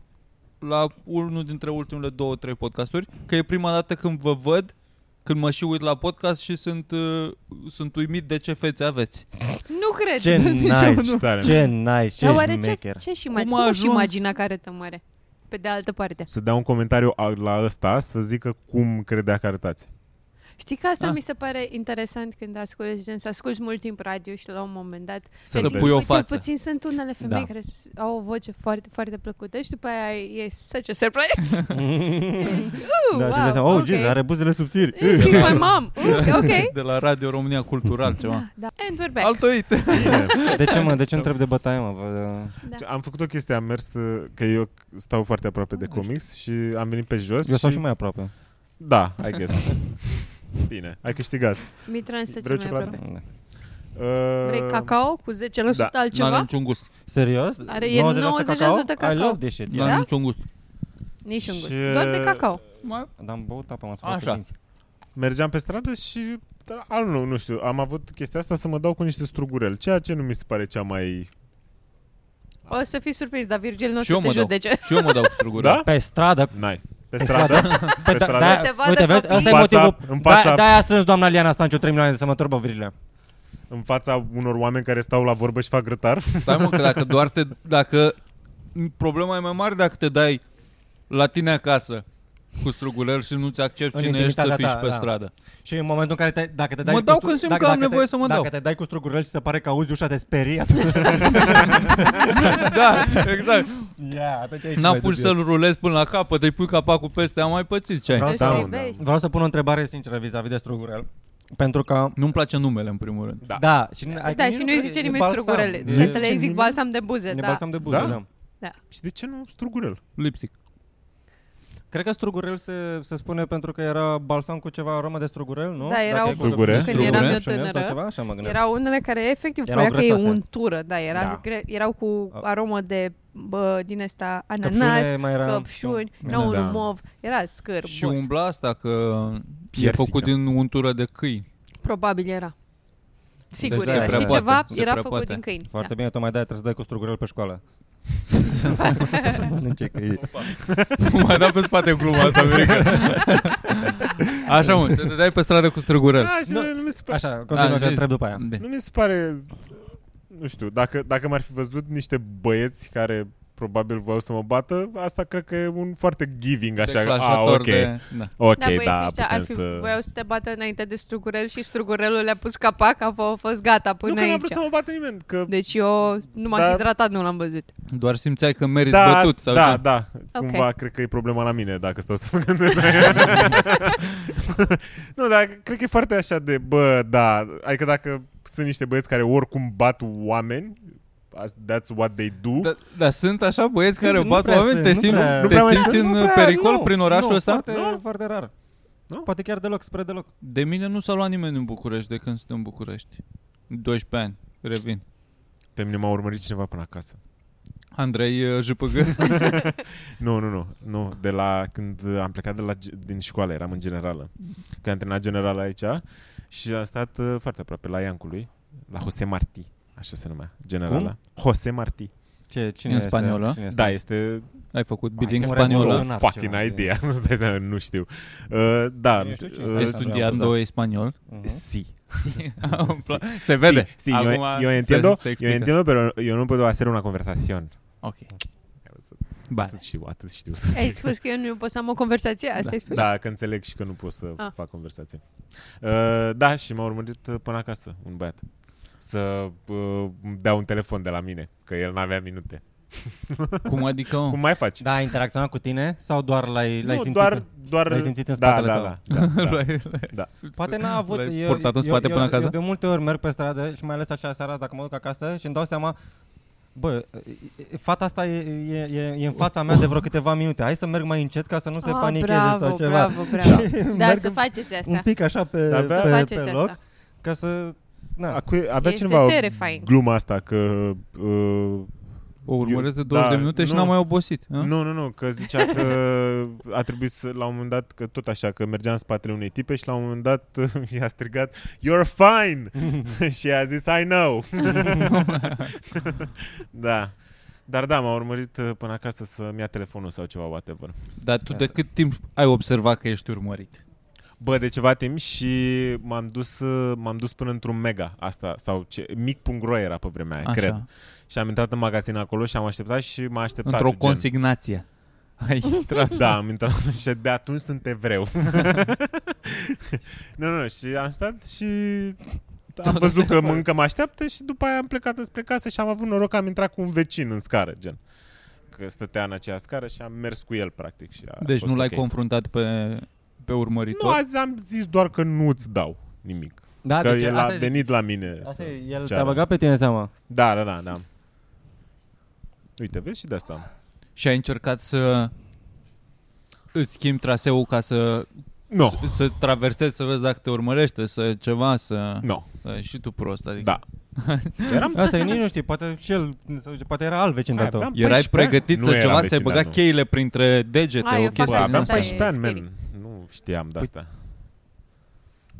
la unul dintre ultimele două, trei podcasturi, că e prima dată când vă văd, când mă și uit la podcast și sunt, uh, sunt uimit de ce fețe aveți. Nu cred. Ce nice, Ce tare. ce nice, ce Dar oare ce, șmecher. ce și Cum mai, a cum, cum și ajuns? imagina care te mare? Pe de altă parte. Să dea un comentariu a- la ăsta să zică cum credea că arătați. Știi că asta Ah. mi se pare interesant când asculti, gen, să asculti mult timp radio și la un moment dat Să pe le zi- pui o cel față. puțin sunt unele femei Da. care s- au o voce foarte, foarte plăcută și după aia e such a surprise. Ești, "Ooh, Da, și îți wow, dai seama, oh, ok. okay. are buzele subțiri. She's my mom. Ooh, ok. De la Radio România Cultural ceva. Da, da. And we're back. Altoit. Bine. Deci, De ce, mă, de ce întreb de bătaie, mă? Vă- Da. Am făcut o chestie, am mers, uh, că eu stau foarte aproape de comics și am venit pe jos Eu stau și și... mai aproape. Da, I guess. Bine, ai câștigat. Mitran este Vreau cel mai ciocolată? aproape. Da. Uh, Vrei cacao cu 10% Da. N-are altceva? niciun gust. Serios? Are- e 90% cacao? cacao. I love this shit. N-are Da? niciun gust. Niciun gust. Și- Doar de cacao. Mai Dar am băut apă, m-am spus Așa. Așa. Dinți. mergeam pe stradă și dar, al nu, nu știu, am avut chestia asta să mă dau cu niște strugurel, ceea ce nu mi se pare cea mai... O să fii surprins, dar Virgil nu o Da. Și să eu te mă dau. judece. Și eu mă dau cu struguri. Da? Pe stradă. Nice. Pe stradă? pe Da, stradă? Să te da, vadă uite, vezi, copiii. ăsta e În fața- motivul. în fața- Da, da, a strâns doamna Liana Stanciu 3 milioane de să mă turbă virile. În fața unor oameni care stau la vorbă și fac grătar? Stai mă, că dacă doar te... Dacă... Problema e mai mare dacă te dai la tine acasă cu strugulel și nu-ți accepti În cine ești să intimitatea fii ta, și pe da. stradă. Și în momentul în care te, dacă te dai Mă cu dau stru- când simt dacă- că am dacă te- nevoie să mă dacă dau. te dai cu strugurel și se pare că auzi ușa de sperie, atunci, Da, exact. yeah, atunci ești N-am mai pus dubios. să-l rulez până la capăt, îi pui capacul peste, am mai pățit ce ai. Vreau Asta Da, e să, mă, da. best. vreau să pun o întrebare sinceră vis-a-vis de strugurel. Pentru că Nu-mi place numele, în primul rând. Da. da, da și, da, Da, și nu-i zice nimeni strugurele. Nu Trebuie să le zic balsam de buze, Ne da. balsam de buze, Da? da? da. Și de ce nu strugurel? Lipsic. Cred că strugurel se, se spune pentru că era balsam cu ceva aromă de strugurel, nu? Da, erau- Dacă e cu Strugure. zăpadă, Când eram eu șunel sau tânără, ceva, Așa mă gândeam. Erau unele care efectiv Erau părea că e grăsoase. untură, da, era Da. Gre- erau cu aromă de bă, din asta Căpșune ananas, mai era... căpșuni, Nu. erau Da. un mov, era scârbos. Și umbla asta că Piersică. e făcut din untură de câini. Probabil era. Sigur Deci se era. prea Și poate, ceva se era prea făcut poate. din câini. Da. Foarte bine, tocmai de-aia trebuie să dai cu strugurel pe școală. să mănânce câini. M-a dat pe spate gluma asta, Mirica. Așa mă, te dai pe stradă cu străgurel. Da, și nu, Nu. nu mi se pare... Așa, continuă A, că zis. întreb după aia. Bine. Nu mi se pare... nu știu, dacă, dacă m-ar fi văzut niște băieți care probabil voiau să mă bată, asta cred că e un foarte giving, așa. A, Declanșator ok, de... Da. ok, Da, băieții da, ăștia putem ar fi, să... voiau să te bată înainte de strugurel și strugurelul le-a pus capac, a fost- a fost gata până nu că n-a aici. vrut să mă bată nimeni, că... Deci eu nu m-am Da. hidratat, nu l-am văzut. Doar simțeai că meriți Da, bătut. Sau da, ce? da. Ok. Cumva cred că e problema la mine dacă stau să mă gândesc. nu, dar cred că e foarte așa de, bă, da, adică dacă sunt niște băieți care oricum bat oameni, as- that's what they do. Da, dar sunt așa băieți care Nu bat prea oameni, sunt, te nu simți, prea- nu te prea mai simți sunt, în Nu prea, pericol nu, prin orașul nu, ăsta? Foarte, Nu? foarte rar. Nu? Poate chiar deloc, spre deloc. De mine nu s-a luat nimeni în București de când sunt în București. 12 ani, revin. Pe mine m-a urmărit cineva până acasă. Andrei uh, JPG. Nu, nu, nu, nu. De la când am plecat de la, ge- din școală, eram în generală. Că am antrenat generală aici și am stat uh, foarte aproape la Iancului, la Jose Marti, așa se numea, generala. Jose Marti. Ce, cine În este? spaniolă? Cine este? Da, este Ai făcut billing că mă spaniolă? revoltă. Nu Revoluționar fucking ceva, idea, nu-ți dai seama, nu știu. Uh, da, Eu știu ce uh, este. Ai Revoluționar. studiat două spaniol? Mhm. sí. Îmi pla- se vede. Sí, sí, yo- Acum yo se- entiendo, se yo explică. entiendo, pero yo no puedo hacer una conversación. Ok. Atât Bine. știu, atât știu să Ai zic. spus că eu nu pot să am o conversație, asta ai spus? Da, că înțeleg și că nu pot să Ah. fac conversație. Uh, da, și m-a urmărit uh, până acasă un băiat să uh, îmi dea un telefon de la mine, că el n-avea minute. Cum adică? Cum Cum mai faci? Da, a interacționat cu tine sau doar l-ai, l-ai nu, simțit? doar, doar... l-ai simțit în da, spatele da, tău. da, da, da. Poate n-a avut... L-ai eu- portat în eu- spate eu- până acasă? Eu de multe ori merg pe stradă și mai ales așa seara dacă mă duc acasă și îmi dau seama Bă, fata asta e, e, e, e în fața mea de vreo câteva minute. Hai să merg mai încet ca să nu se Ah, panicheze bravo, sau ceva. bravo, bravo. Da, Merg să faceți Un asta. pic așa pe, Dar avea- Să pe, pe faceți loc asta. ca să... Na, Acu- da. avea Este cineva terrifying. gluma asta că... Uh, o urmăresc de eu- 20 de da, minute și nu. n-am mai obosit. a? Nu, nu, nu, că zicea că a trebuit să, la un moment dat, că tot așa, că mergea în spatele unei tipe și la un moment dat i-a strigat You're fine! și a zis I know! da. Dar da, m-a urmărit uh, până acasă să-mi ia telefonul sau ceva, whatever. Dar tu Ia de să- cât timp ai observat că ești urmărit? Bă, de ceva timp și m-am dus, uh, m-am dus până într-un mega asta, sau ce, mic.ro era pe vremea aia, Așa. cred. Și am intrat în magazin acolo și am așteptat și m-a așteptat. Într-o gen. consignație. Ai intrat. Da, am intrat și de atunci sunt evreu. nu, nu, nu, și am stat și am Tot văzut că evreu. mâncă mă așteaptă și după aia am plecat spre casă și am avut noroc că am intrat cu un vecin în scară, gen. Că stătea în aceea scară și am mers cu el, practic. Și a Deci fost nu l-ai ok. confruntat pe, pe Nu, urmăritor? azi am zis doar că nu-ți dau nimic. da, că deci el a asta e- venit la mine. Asta să- e, el ceară. te-a băgat pe tine seama. Da, da, da, da. Uite, vezi și de asta. Și ai încercat să îți schimbi traseul ca să, Nu, să, să traversezi, să vezi dacă te urmărește, să ceva, să... nu, Da, e și tu prost, adică... da. Eram Asta e, nici nu știi, poate și el, sau zice, poate era alt vecin de tău. Aveam Erai 14 ani. pregătit Nu să era ceva, ți-ai vecin, da, băgat nu. Păi cheile printre degete, Ai, eu o fac chestie Bă, asta din aveam asta e 14 ani, scary. man. Nu știam de asta.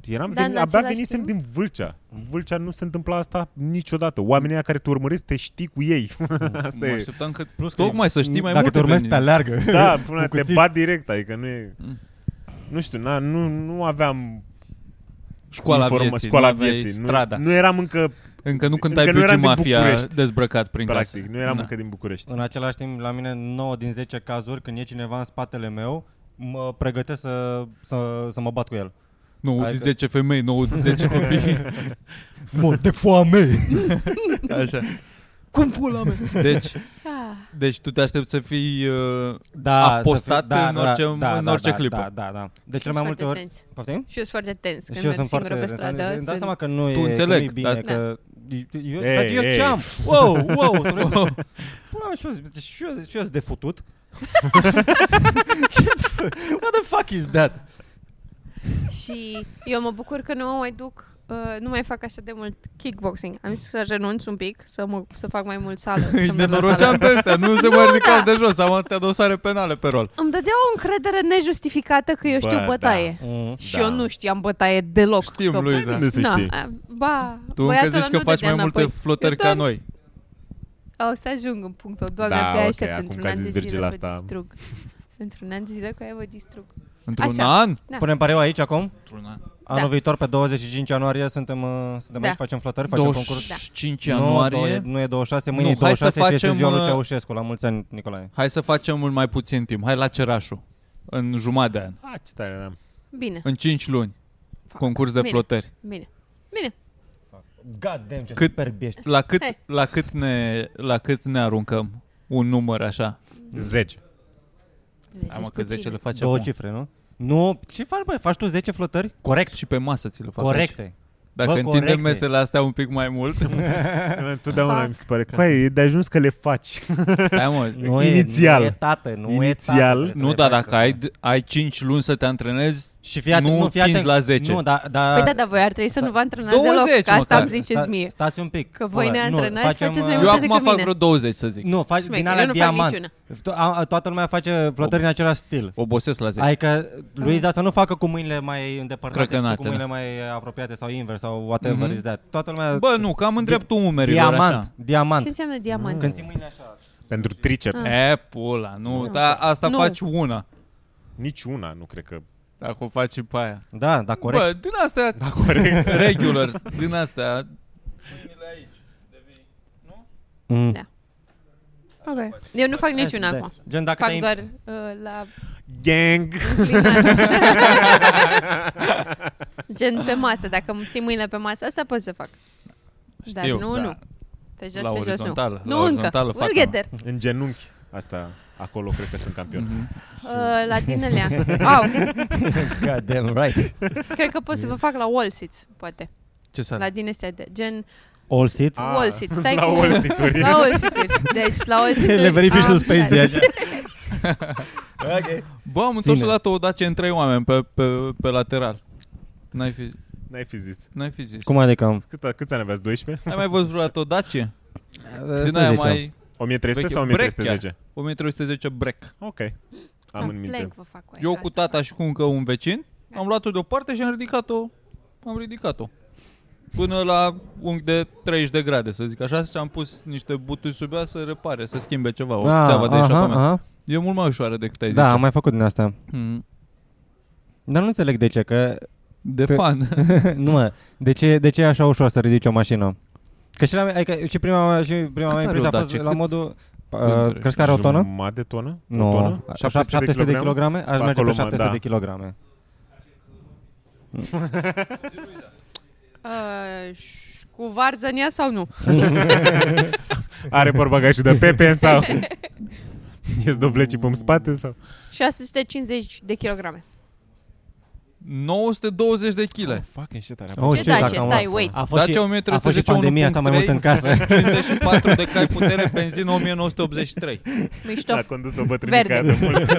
Eram Dar din, în abia același venisem timp- din Vâlcea. În Vâlcea nu se întâmpla asta niciodată. Oamenii aia care te urmăresc, te știi cu ei. asta Mă e. așteptam că Plus că tocmai să știi mai Dacă multe. te urmezi, te pe aleargă. Da, până la- Cu te cuțit. bat direct, adică nu e... Mm. Nu știu, na, nu, nu aveam școala informa- vieții, școala nu aveai vieții. strada. Nu, nu eram încă, Încă nu cântai încă nu pe eram din mafia București. dezbrăcat prin casă. practic, nu eram Da. încă din București. În același timp, la mine, 9 din 10 cazuri, când e cineva în spatele meu, mă pregătesc să, să, să mă bat cu el. 9 din Adică- 10 femei, 9 din 10 copii. Mor de foame! Așa. Cum pula mea? Deci, Ah. deci tu te aștepți să fii... Uh, Da, să Apostat fiu- da, în da, orice- da, în da, orice da, clipă. Da, da, da. De cele mai Sunt multe foarte ori... tens. Poftim? Și eu sunt foarte tens când Și eu merg sunt singură foarte... pe stradă. Îmi dau sunt- seama că nu e, Tu că înțeleg, da, nu-i bine, dacă- că... Eu, da, Ei, dar eu ei. ce am? Wow, wow! tu vrei să- Pula mea, și eu sunt- și eu- și eu sunt de futut. What the fuck is that? Și eu mă bucur că nu mă mai duc Uh, nu mai fac așa de mult kickboxing. Am zis să renunț un pic, să, mă, să fac mai mult sală. să îi merg la sală. nenoroceam pe ăștia, nu se mai ridicau da. de jos, am atâtea dosare penale pe rol. Îmi dădea o încredere nejustificată că eu Bă, știu da. bătaie. Mm. Și Da. eu nu știam bătaie deloc. Știm, Că- Luiza. Nu se Na, știe. a, Ba, Tu încă băiatul zici ăla că nu faci dădea mai multe înapoi. flotări Eu ca doar- noi. O să ajung în punctul. Doamne, Da, abia ok, aștept acum într-un că a an de zis zile Virgil vă asta. distrug. Într-un an de zile cu aia vă distrug. Într-un Așa. an? Da. Punem pariu aici acum. Într-un an. Anul viitor, pe 25 ianuarie, suntem, uh, suntem Da. aici, facem flotări, facem concurs. 25 Nu, ianuarie. doi- nu e 26, mâine Nu, nu, hai să 26 și este facem, violul uh, Ceaușescu. La mulți ani, Nicolae. Hai să facem mult mai puțin timp. Hai la Cerașul. În jumătate de an. Ah, ce tare eram. Bine, În 5 luni. Fac. Concurs de Bine. flotări. bine. Bine. God damn, ce Cât- superb ești. La cât, Hai. la cât, ne, la cât ne aruncăm un număr așa? 10. Hai mă, că 10 10 le facem Două acum. cifre, nu? Nu, ce faci, băi? Faci tu 10 flotări? Corect. Și pe masă ți le fac aici. Corecte. Dacă Bă, întindem corecte. mesele astea un pic mai mult Totdeauna Ah. Fac. mi se pare că e de ajuns că le faci. Stai mă, Nu Inițial. E, nu e tată, nu Inițial. e tată, trebuie să Nu, le dar faci dacă asta. ai, ai 5 luni să te antrenezi Și fii atent, nu nu fii atent. tinzi la 10. Nu, dar... Da, Păi da, dar voi ar trebui să nu vă antrenați 20 deloc, că asta măcar. îmi ziceți mie. Stați un pic. Că voi Bă, ne nu, antrenați, facem, faceți mai uh, Eu multe acum decât fac mine. vreo 20 să zic Nu, faci Șmecher, din eu alea nu fac diamant. niciuna. To- a- a- Toată lumea face flotări în același stil. Obosesc la 10 Adică Luiza să nu facă cu mâinile mai îndepărtate Crăcănate, și tu cu mâinile da. mai apropiate sau invers sau whatever Mhm. is that. Toată lumea... Bă, nu, cam în dreptul umerilor diamant, așa Ce diamant. înseamnă diamant? Când ții mâinile așa. Pentru triceps. E, pula, nu, dar asta Nu. faci una Nici una, nu cred că... Dacă o faci și pe aia Da, da, corect. Bă, din astea Da, corect. regular, din astea Mm. Da. Ok. Eu nu fac niciuna Da. acum. Gen, dacă Fac te-ai- doar uh, la Gang. înclinare. Gen pe masă, dacă îmi ții mâinile pe masă, asta pot să fac. Dar Știu, nu, da. nu. Pe jos, La pe jos, nu. orizontală, la nu încă. orizontală fac We'll get there. În genunchi. Asta, acolo cred că sunt campion. mhm. Uh, la tine, Lea. Au, God damn right. cred că pot să vă fac la wall sits, poate. Ce să La din astea de gen All sit. Ah, wall sit. Stai la cu... wall sit-uri. La wall sit Deci, la wall sit Le verifici suspensia așa. Ok. Bă, am întors Ține. odată o dace în trei oameni pe, pe, pe lateral N-ai fi, N-ai fi zis. n-ai fi zis Cum adică? Cât, câți ani aveați? 12? Ai mai văzut vreodată o dace? Din Să aia zicem. mai 13 sau Vechiul break, 1310? 1310 break Ok. Am în minte. Plank vă fac cu aia, Eu asta cu fac. tata și cu încă un vecin Am luat-o deoparte și am ridicat-o Am ridicat-o Până la unghi de 30 de grade Să zic așa Și am pus niște buturi sub ea Să repare, să schimbe ceva O Ah, țeavă de aha, eșapament aha. E mult mai ușoară decât ai Da, zice am mai făcut din asta. Mm, Dar nu înțeleg de ce, că De Că- fan nu mă, de ce, de ce e așa ușor să ridici o mașină? Că și, la, adică, și prima, mea- și prima Cât mea are impresie a o fost Dacia? la Cât- modul... are? Uh, crezi că are o tonă? Jumătate de tonă? Nu, O tonă? 700, 700 de kilograme? Aș merge Acolo, mă, pe 700 da. de kilograme. Uh, și cu varză în ea sau nu? Are porbagajul de pepe sau... Ies dovlecii pe spate sau... 650 de kilograme. 920 de kg fucking shit, are Oh, Ce shit, dacă dace? am- Stai, wait. A Da, fost, Dacia și, a fost și 1310 pandemia asta mai mult în 1.3 casă. 54 de cai putere, benzină 1983 Mișto. L-a condus o bătrânică Verde. de mult.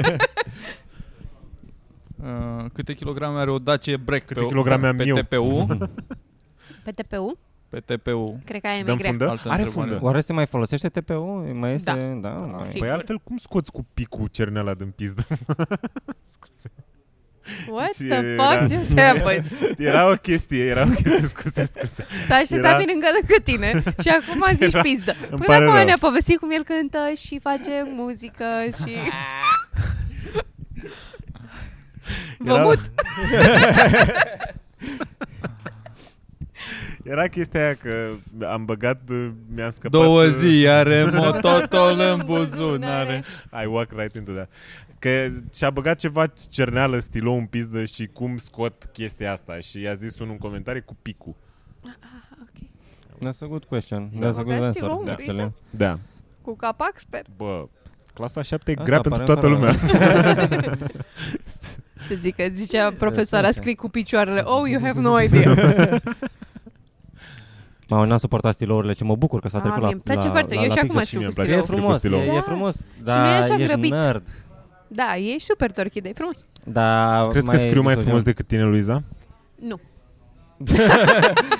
Uh, Câte kilograme are o Dacia Break Câte pe, kilograme am pe eu? TPU? Pe TPU? Pe TPU Cred că aia e mai Dăm grea. fundă? Altă Are întrebare. fundă. Oare se mai folosește TPU? Mai este? Da. mai. Sigur. Păi altfel cum scoți cu picul cerneala din pizdă? What Și the era- fuck just happened? Era o chestie, era o chestie, scuze, scuze. S-a așezat Era- bine încă lângă tine și acum zici Era- pizdă. Păi Până pare acum rău. ne-a povestit cum el cântă și face muzică și... Vă Era- mut! Era chestia aia că am băgat, uh, mi-am scăpat... Două uh, zi are mototol în buzunare I walk right into that. Că și-a băgat ceva cerneală, stilou în pizdă și cum scot chestia asta. Și i-a zis unul în comentarii cu picul. Ok. That's a good question. That's a good Băgați answer. stilou în Da. pizdă? Da. Cu capac, sper. Bă, clasa 7 e Asta grea pentru pare toată lumea. Să zic că zicea profesoara, scrii cu picioarele. Oh, you have no idea. Mamă, n-am suportat stilourile, ce mă bucur că s-a Ah, trecut la mie îmi place la- foarte. la- Eu la și acum pixel. aș fi mie cu îmi place. E stilou. frumos, e, stilou. e Da. frumos. nu e Da, așa ești grăbit. nerd. Da, ești super torchide, e frumos. Da, Crezi că scriu mai misogen. frumos decât tine, Luiza? Nu.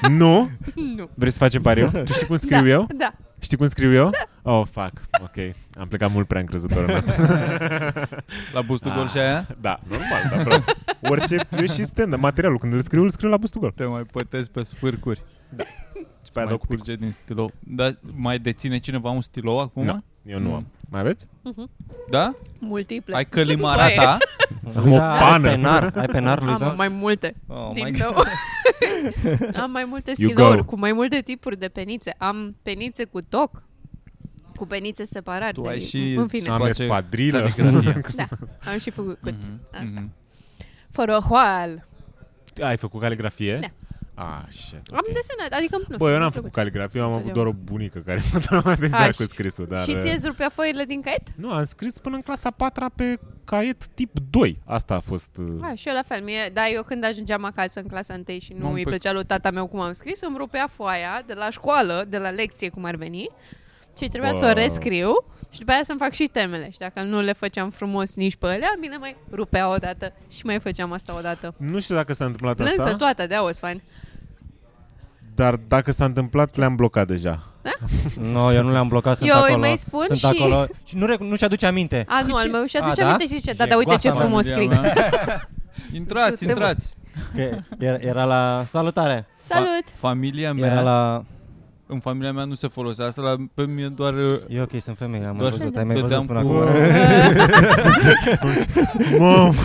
nu? Nu. Vrei să facem pariu? Tu știi cum scriu da, eu? Da. Știi cum scriu eu? Oh, fuck. Ok. Am plecat mult prea încrezător în asta. La bustul gol și aia Da, normal, da, bravo. Orice, eu și stand da, materialul, când îl scriu, îl scriu la bustul gol. Te mai pătezi pe sfârcuri Și pe Mai aia dau cu picul. curge din stilou Dar mai deține Da, cineva un stilou acum? Nu, eu nu Mm. am. Mai aveți? Da? Multiple. Ai călimara ta. Am o pană. Da, Ai penar, ai penar, Am Luiza? mai multe. Oh, din my nou. Am mai multe You stilouri go. cu mai multe tipuri de penițe. Am penițe cu toc, cu penițe separat. Tu de- ai și- În fine, Am Face espadrilă. Caligrafie. da, am și făcut mm-hmm. Mhm, asta. mhm. Forohoal. Ai făcut caligrafie? Da. Ah, shit. Am desenat, adică nu Bă, eu mi-a n-am plăcut. făcut caligrafie, eu am avut Eu. doar o bunică care mă traumatizea Ai, cu scrisul, dar... uh, Și ție zurpea foile din caiet? Nu, am scris până în clasa 4 pe caiet tip 2. Asta a fost... uh, A, și eu la fel. Mie, da, eu când ajungeam acasă în clasa 1 și nu Mamă, îi pe- plăcea lui tata meu cum am scris, îmi rupea foaia de la școală, de la lecție, cum ar veni, și trebuia să o Bă. rescriu și după aia să-mi fac și temele. Și dacă nu le făceam frumos nici pe alea, bine mai rupea odată și mai făceam asta odată. Nu știu dacă s-a întâmplat Plânsă asta, toată, de auzi, fain. dar dacă s-a întâmplat, le-am blocat deja. Nu, eu nu le-am blocat, sunt Eu îi acolo. mai spun sunt și- Ah. acolo și nu, rec- nu-și aduce aminte. A, nu, al meu și aduce A, da? aminte și zice, da, da, uite ce Jegoasa frumos scrii. Familia mea. Intrați, intrați. Că era, era la salutare. Salut! Familia Era mea, la... în familia mea nu se folosește asta, la, pe mine doar uh, E ok, sunt femeie, am mai Doar văzut, ai mai dădeam văzut până cu- acum. Mom!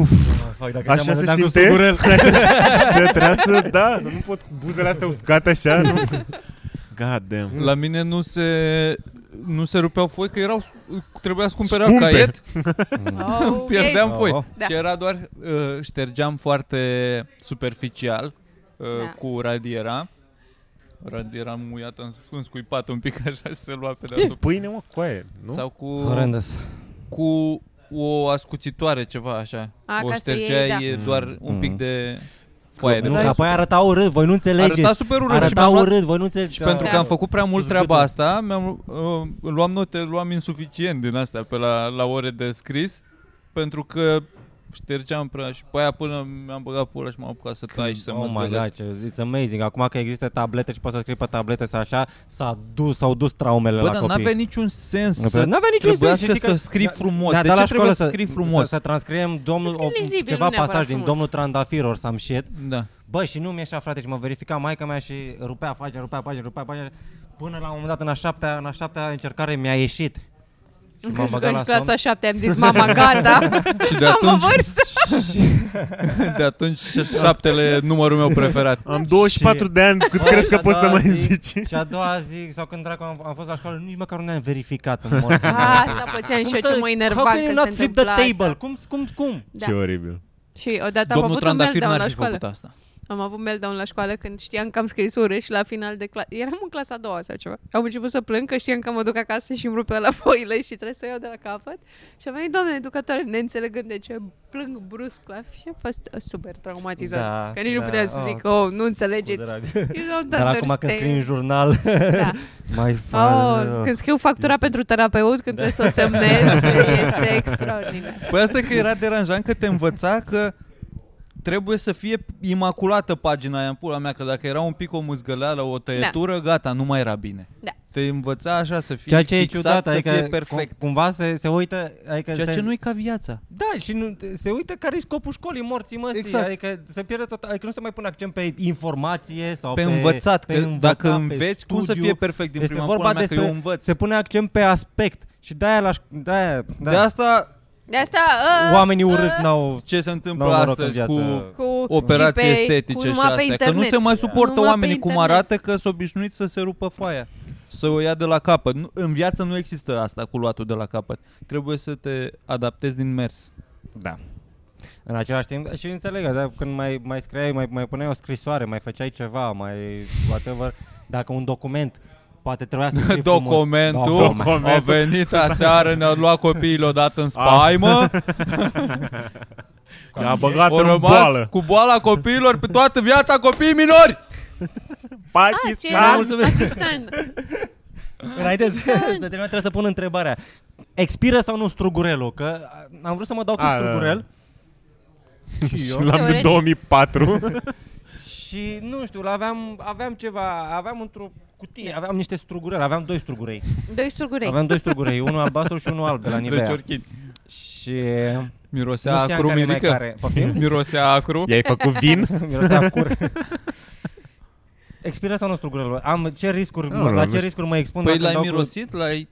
Uf! Fuck, dacă Așa așa se se cu simte? strugurel. Se trebuia să, da, nu pot cu buzele astea uscate așa, nu. God damn. La mine nu se nu se rupeau foi că erau trebuia să cumpera Scumpe. caiet, Oh, pierdeam Oh. foi. Da. Și era doar uh, ștergeam foarte superficial uh, Da. cu radiera. Radiera muiată, în în scuipat un pic așa și se lua pe deasupra. Pâine, mă, coaie, nu? Sau cu Horrendous. cu o ascuțitoare ceva așa. A, o ca să iei, ștergeai da. doar Mm, un pic mm. de foaie de Nu, pe că Da, apoi deasupra. arăta urât, voi nu înțelegeți. Arăta super urât și arăta mi-am luat urât, voi nu înțelegeți. Și pentru Da. că am făcut prea mult Îți treaba gâtul. asta, mi-am, uh, luam note, luam insuficient din astea pe la, la ore de scris, pentru că ștergeam prea și pe aia până mi-am băgat pula și m-am apucat să tai și să mă oh my God, zgâlesc. ce, it's amazing. Acum că există tablete și poți să scrii pe tablete sau așa, s-a dus, s-au dus traumele Bă, la dar copii. n-avea niciun sens Nu, să n-avea niciun trebuia sens, știi să că- Da, scrii frumos. Ne-a de dat ce la trebuie școală să scrii frumos? Să, să transcriem domnul, Scrii o, lizibil, ceva nu neapărat pasaj din frumos. domnul Trandafir or some shit. Da. Bă, și nu mi așa, frate, și mă verifica maica mea și rupea pagina, rupea pagina, rupea pagina. Până la un moment dat, în a șaptea, în a șaptea încercare, mi-a ieșit. Și m-am Crezi că băgat în la clasa somn. 7 am zis, mama, gata, Și de am o atunci, vârstă. de atunci șaptele numărul meu preferat. Am 24 de ani, cât Bă, crezi că și-a poți să doua mai zi- zici? Și a doua zi, sau când dracu am, am fost la școală, nici măcar nu ne-am verificat în morții. Asta pățeam și Cum eu ce să- mă how enerva can you când not se flip întâmpla the table? asta. Cum, cum, cum? Da. Ce oribil. Și odată am Domnul avut un Trandafir meltdown n-ar la fi școală. da. făcut asta. Am avut meltdown la școală când știam că am scris urât și la final de clasă... Eram în clasa a doua sau ceva. Am început să plâng că știam că mă duc acasă și îmi rupe la foile și trebuie să o iau de la capăt. Și a venit doamna educatoare neînțelegând de ce plâng brusc la și am fost super traumatizat. Da, că nici nu da, puteam să oh. zic, oh, nu înțelegeți. You don't Dar acum când understand." scrii în jurnal, Da. mai far, Oh, uh, când scriu factura pentru terapeut, când trebuie să o semnez, este extraordinar. Păi asta că era deranjant că te învăța că trebuie să fie imaculată pagina aia în pula mea, că dacă era un pic o mâzgăleală, o tăietură, da. gata, nu mai era bine. Da. Te învăța așa să fie Ceea ce e fixat, ciudat, Exact, să fie adică perfect. cum- cumva se, se uită, adică Ceea se, ce nu-i ca viața. Da, și nu, se uită care e scopul școlii morții măsii, Exact. exact. adică se pierde tot, adică nu se mai pune accent pe informație sau Pe, pe învățat, pe că învățat, dacă pe înveți, cum să studiu. fie perfect din Este prima vorba pula mea, că despre- eu învăț. Se pune accent pe aspect și de-aia la ș- de-aia, De de-aia asta De asta... Uh, oamenii urâți n-au ce se întâmplă n-au noroc în astăzi viață. cu cu operații și pe, cu estetice și numai pe astea, că internet. nu se mai suportă Numai pe oamenii cum internet. arată că s-au obișnuit să se rupă foaia. Să o ia de la capăt. Nu, în viață nu există asta cu luatul de la capăt. Trebuie să te adaptezi din mers. Da. În același timp, și înțeleg, dar când mai, mai scriai, mai, mai puneai o scrisoare, mai făceai ceva, mai whatever, dacă un document poate trebuia să scrii frumos. Da, Documentul, Document. a venit aseară, ne-a luat copiii odată în spaimă, A băgat au în rămas boală. cu boala copiilor pe toată viața copiii minori. Ah, da. ce era Pakistan. în Pakistan. Înainte să, să terminăm, trebuie să pun întrebarea. Expiră sau nu strugurelul? Că a, am vrut să mă dau cu A, da, da. strugurel și Și eu. l-am de Teoretic. 2004. Și nu știu, aveam, aveam ceva, aveam într-o cutie, aveam niște strugurele, aveam doi strugurei. Doi surgurei. Aveam doi strugurei, unul albastru și unul alb de la Deci Nivea. orchid. Și Mirosea nu știam acru, care e mai mirică. care. Poftim? Mirosea acru. I-ai făcut vin? Mirosea cur. Expiră sau nu strugurelul? Am, ce riscuri, Nu, la nu, ce nu. riscuri mă expun Păi dacă l-ai dau cu- mirosit, l-ai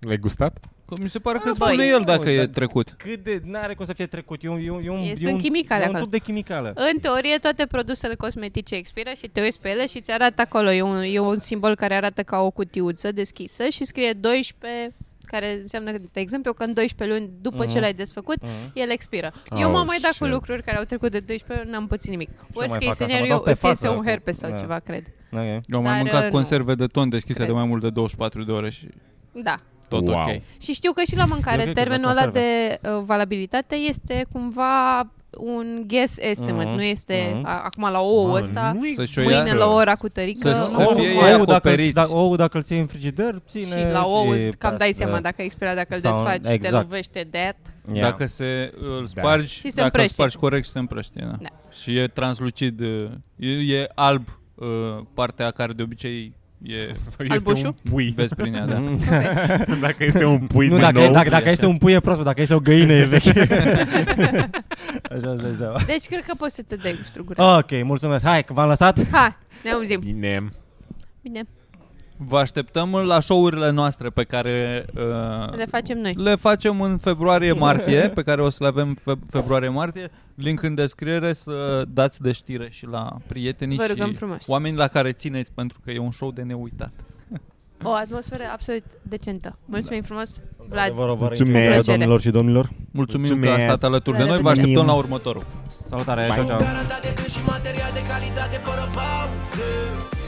L-ai gustat? Că mi se pare că îți băi. spune el dacă Nu, e dar- trecut. Cât de... N-are cum să fie trecut. E un, e un, e un, E- e sunt un, chimicale e un acolo. Ă. tub de chimicală. În teorie, toate produsele cosmetice expiră și te uiți pe ele și ți arată acolo. E un, e un simbol care arată ca o cutiuță deschisă și scrie 12 care înseamnă, de exemplu, că în 12 luni după Mhm. ce l-ai desfăcut, Mm, el expiră. Eu Oh, m-am mai dat cu shit. lucruri care au trecut de 12 luni, n-am pățit nimic. Worst case mai fac asta, mă dau scenario, pe îți iese față un cu- herpes sau da. ceva, cred. Okay. Eu am mai Dar, uh, mâncat nu. conserve de ton deschise Cred. de mai mult de 24 de ore și Da. tot Wow. ok. Și știu că și la mâncare Eu cred că termenul fac ăla de uh, valabilitate este cumva un guess estimate, Mhm. nu este Mhm. a, acum la ouă ăsta, Să-și o ia- mâine la ora cu tărică. Să- nu. să Ou- fie ou ei dacă, acoperiți. dacă, ou dacă îl ții în frigider, ține... Și la ouă și păi, îți cam dai pastă. seama dacă a expirat, dacă îl Sau- desfaci și te exact. lovește dead. Yeah. Dacă se îl spargi, Și se dacă îl împrăștie. spargi corect, se împrăștie. Da. Da. Și e translucid, uh, e, e alb uh, partea care de obicei e Sau este un Albușu? pui? vezi prin ea, Mhm. da. dacă este un pui Mm. nu, de dacă, nou... dacă, dacă așa. este un pui e prost, dacă este o găină e veche. Așa îți dai seama. Deci cred că poți să te dai cu strugura. Ok, mulțumesc. Hai, că v-am lăsat. Hai, ne auzim. Bine. Bine, Vă așteptăm la show-urile noastre pe care uh, le facem noi. le facem în februarie-martie, pe care o să le avem fe- februarie-martie. Link în descriere să dați de știre și la prietenii Vă rugăm și frumos. oameni la care țineți, pentru că e un show de neuitat. O atmosferă absolut decentă. Mulțumim frumos, Vlad. Vă rog, vă rog, Mulțumesc. mulțumesc, domnilor și domnilor. Mulțumim, Mulțumim Mulțumesc. că a stat alături de La noi, vă revedere. așteptăm la următorul. Salutare, ciao, ciao. Garantat de gând și material de calitate fără pauze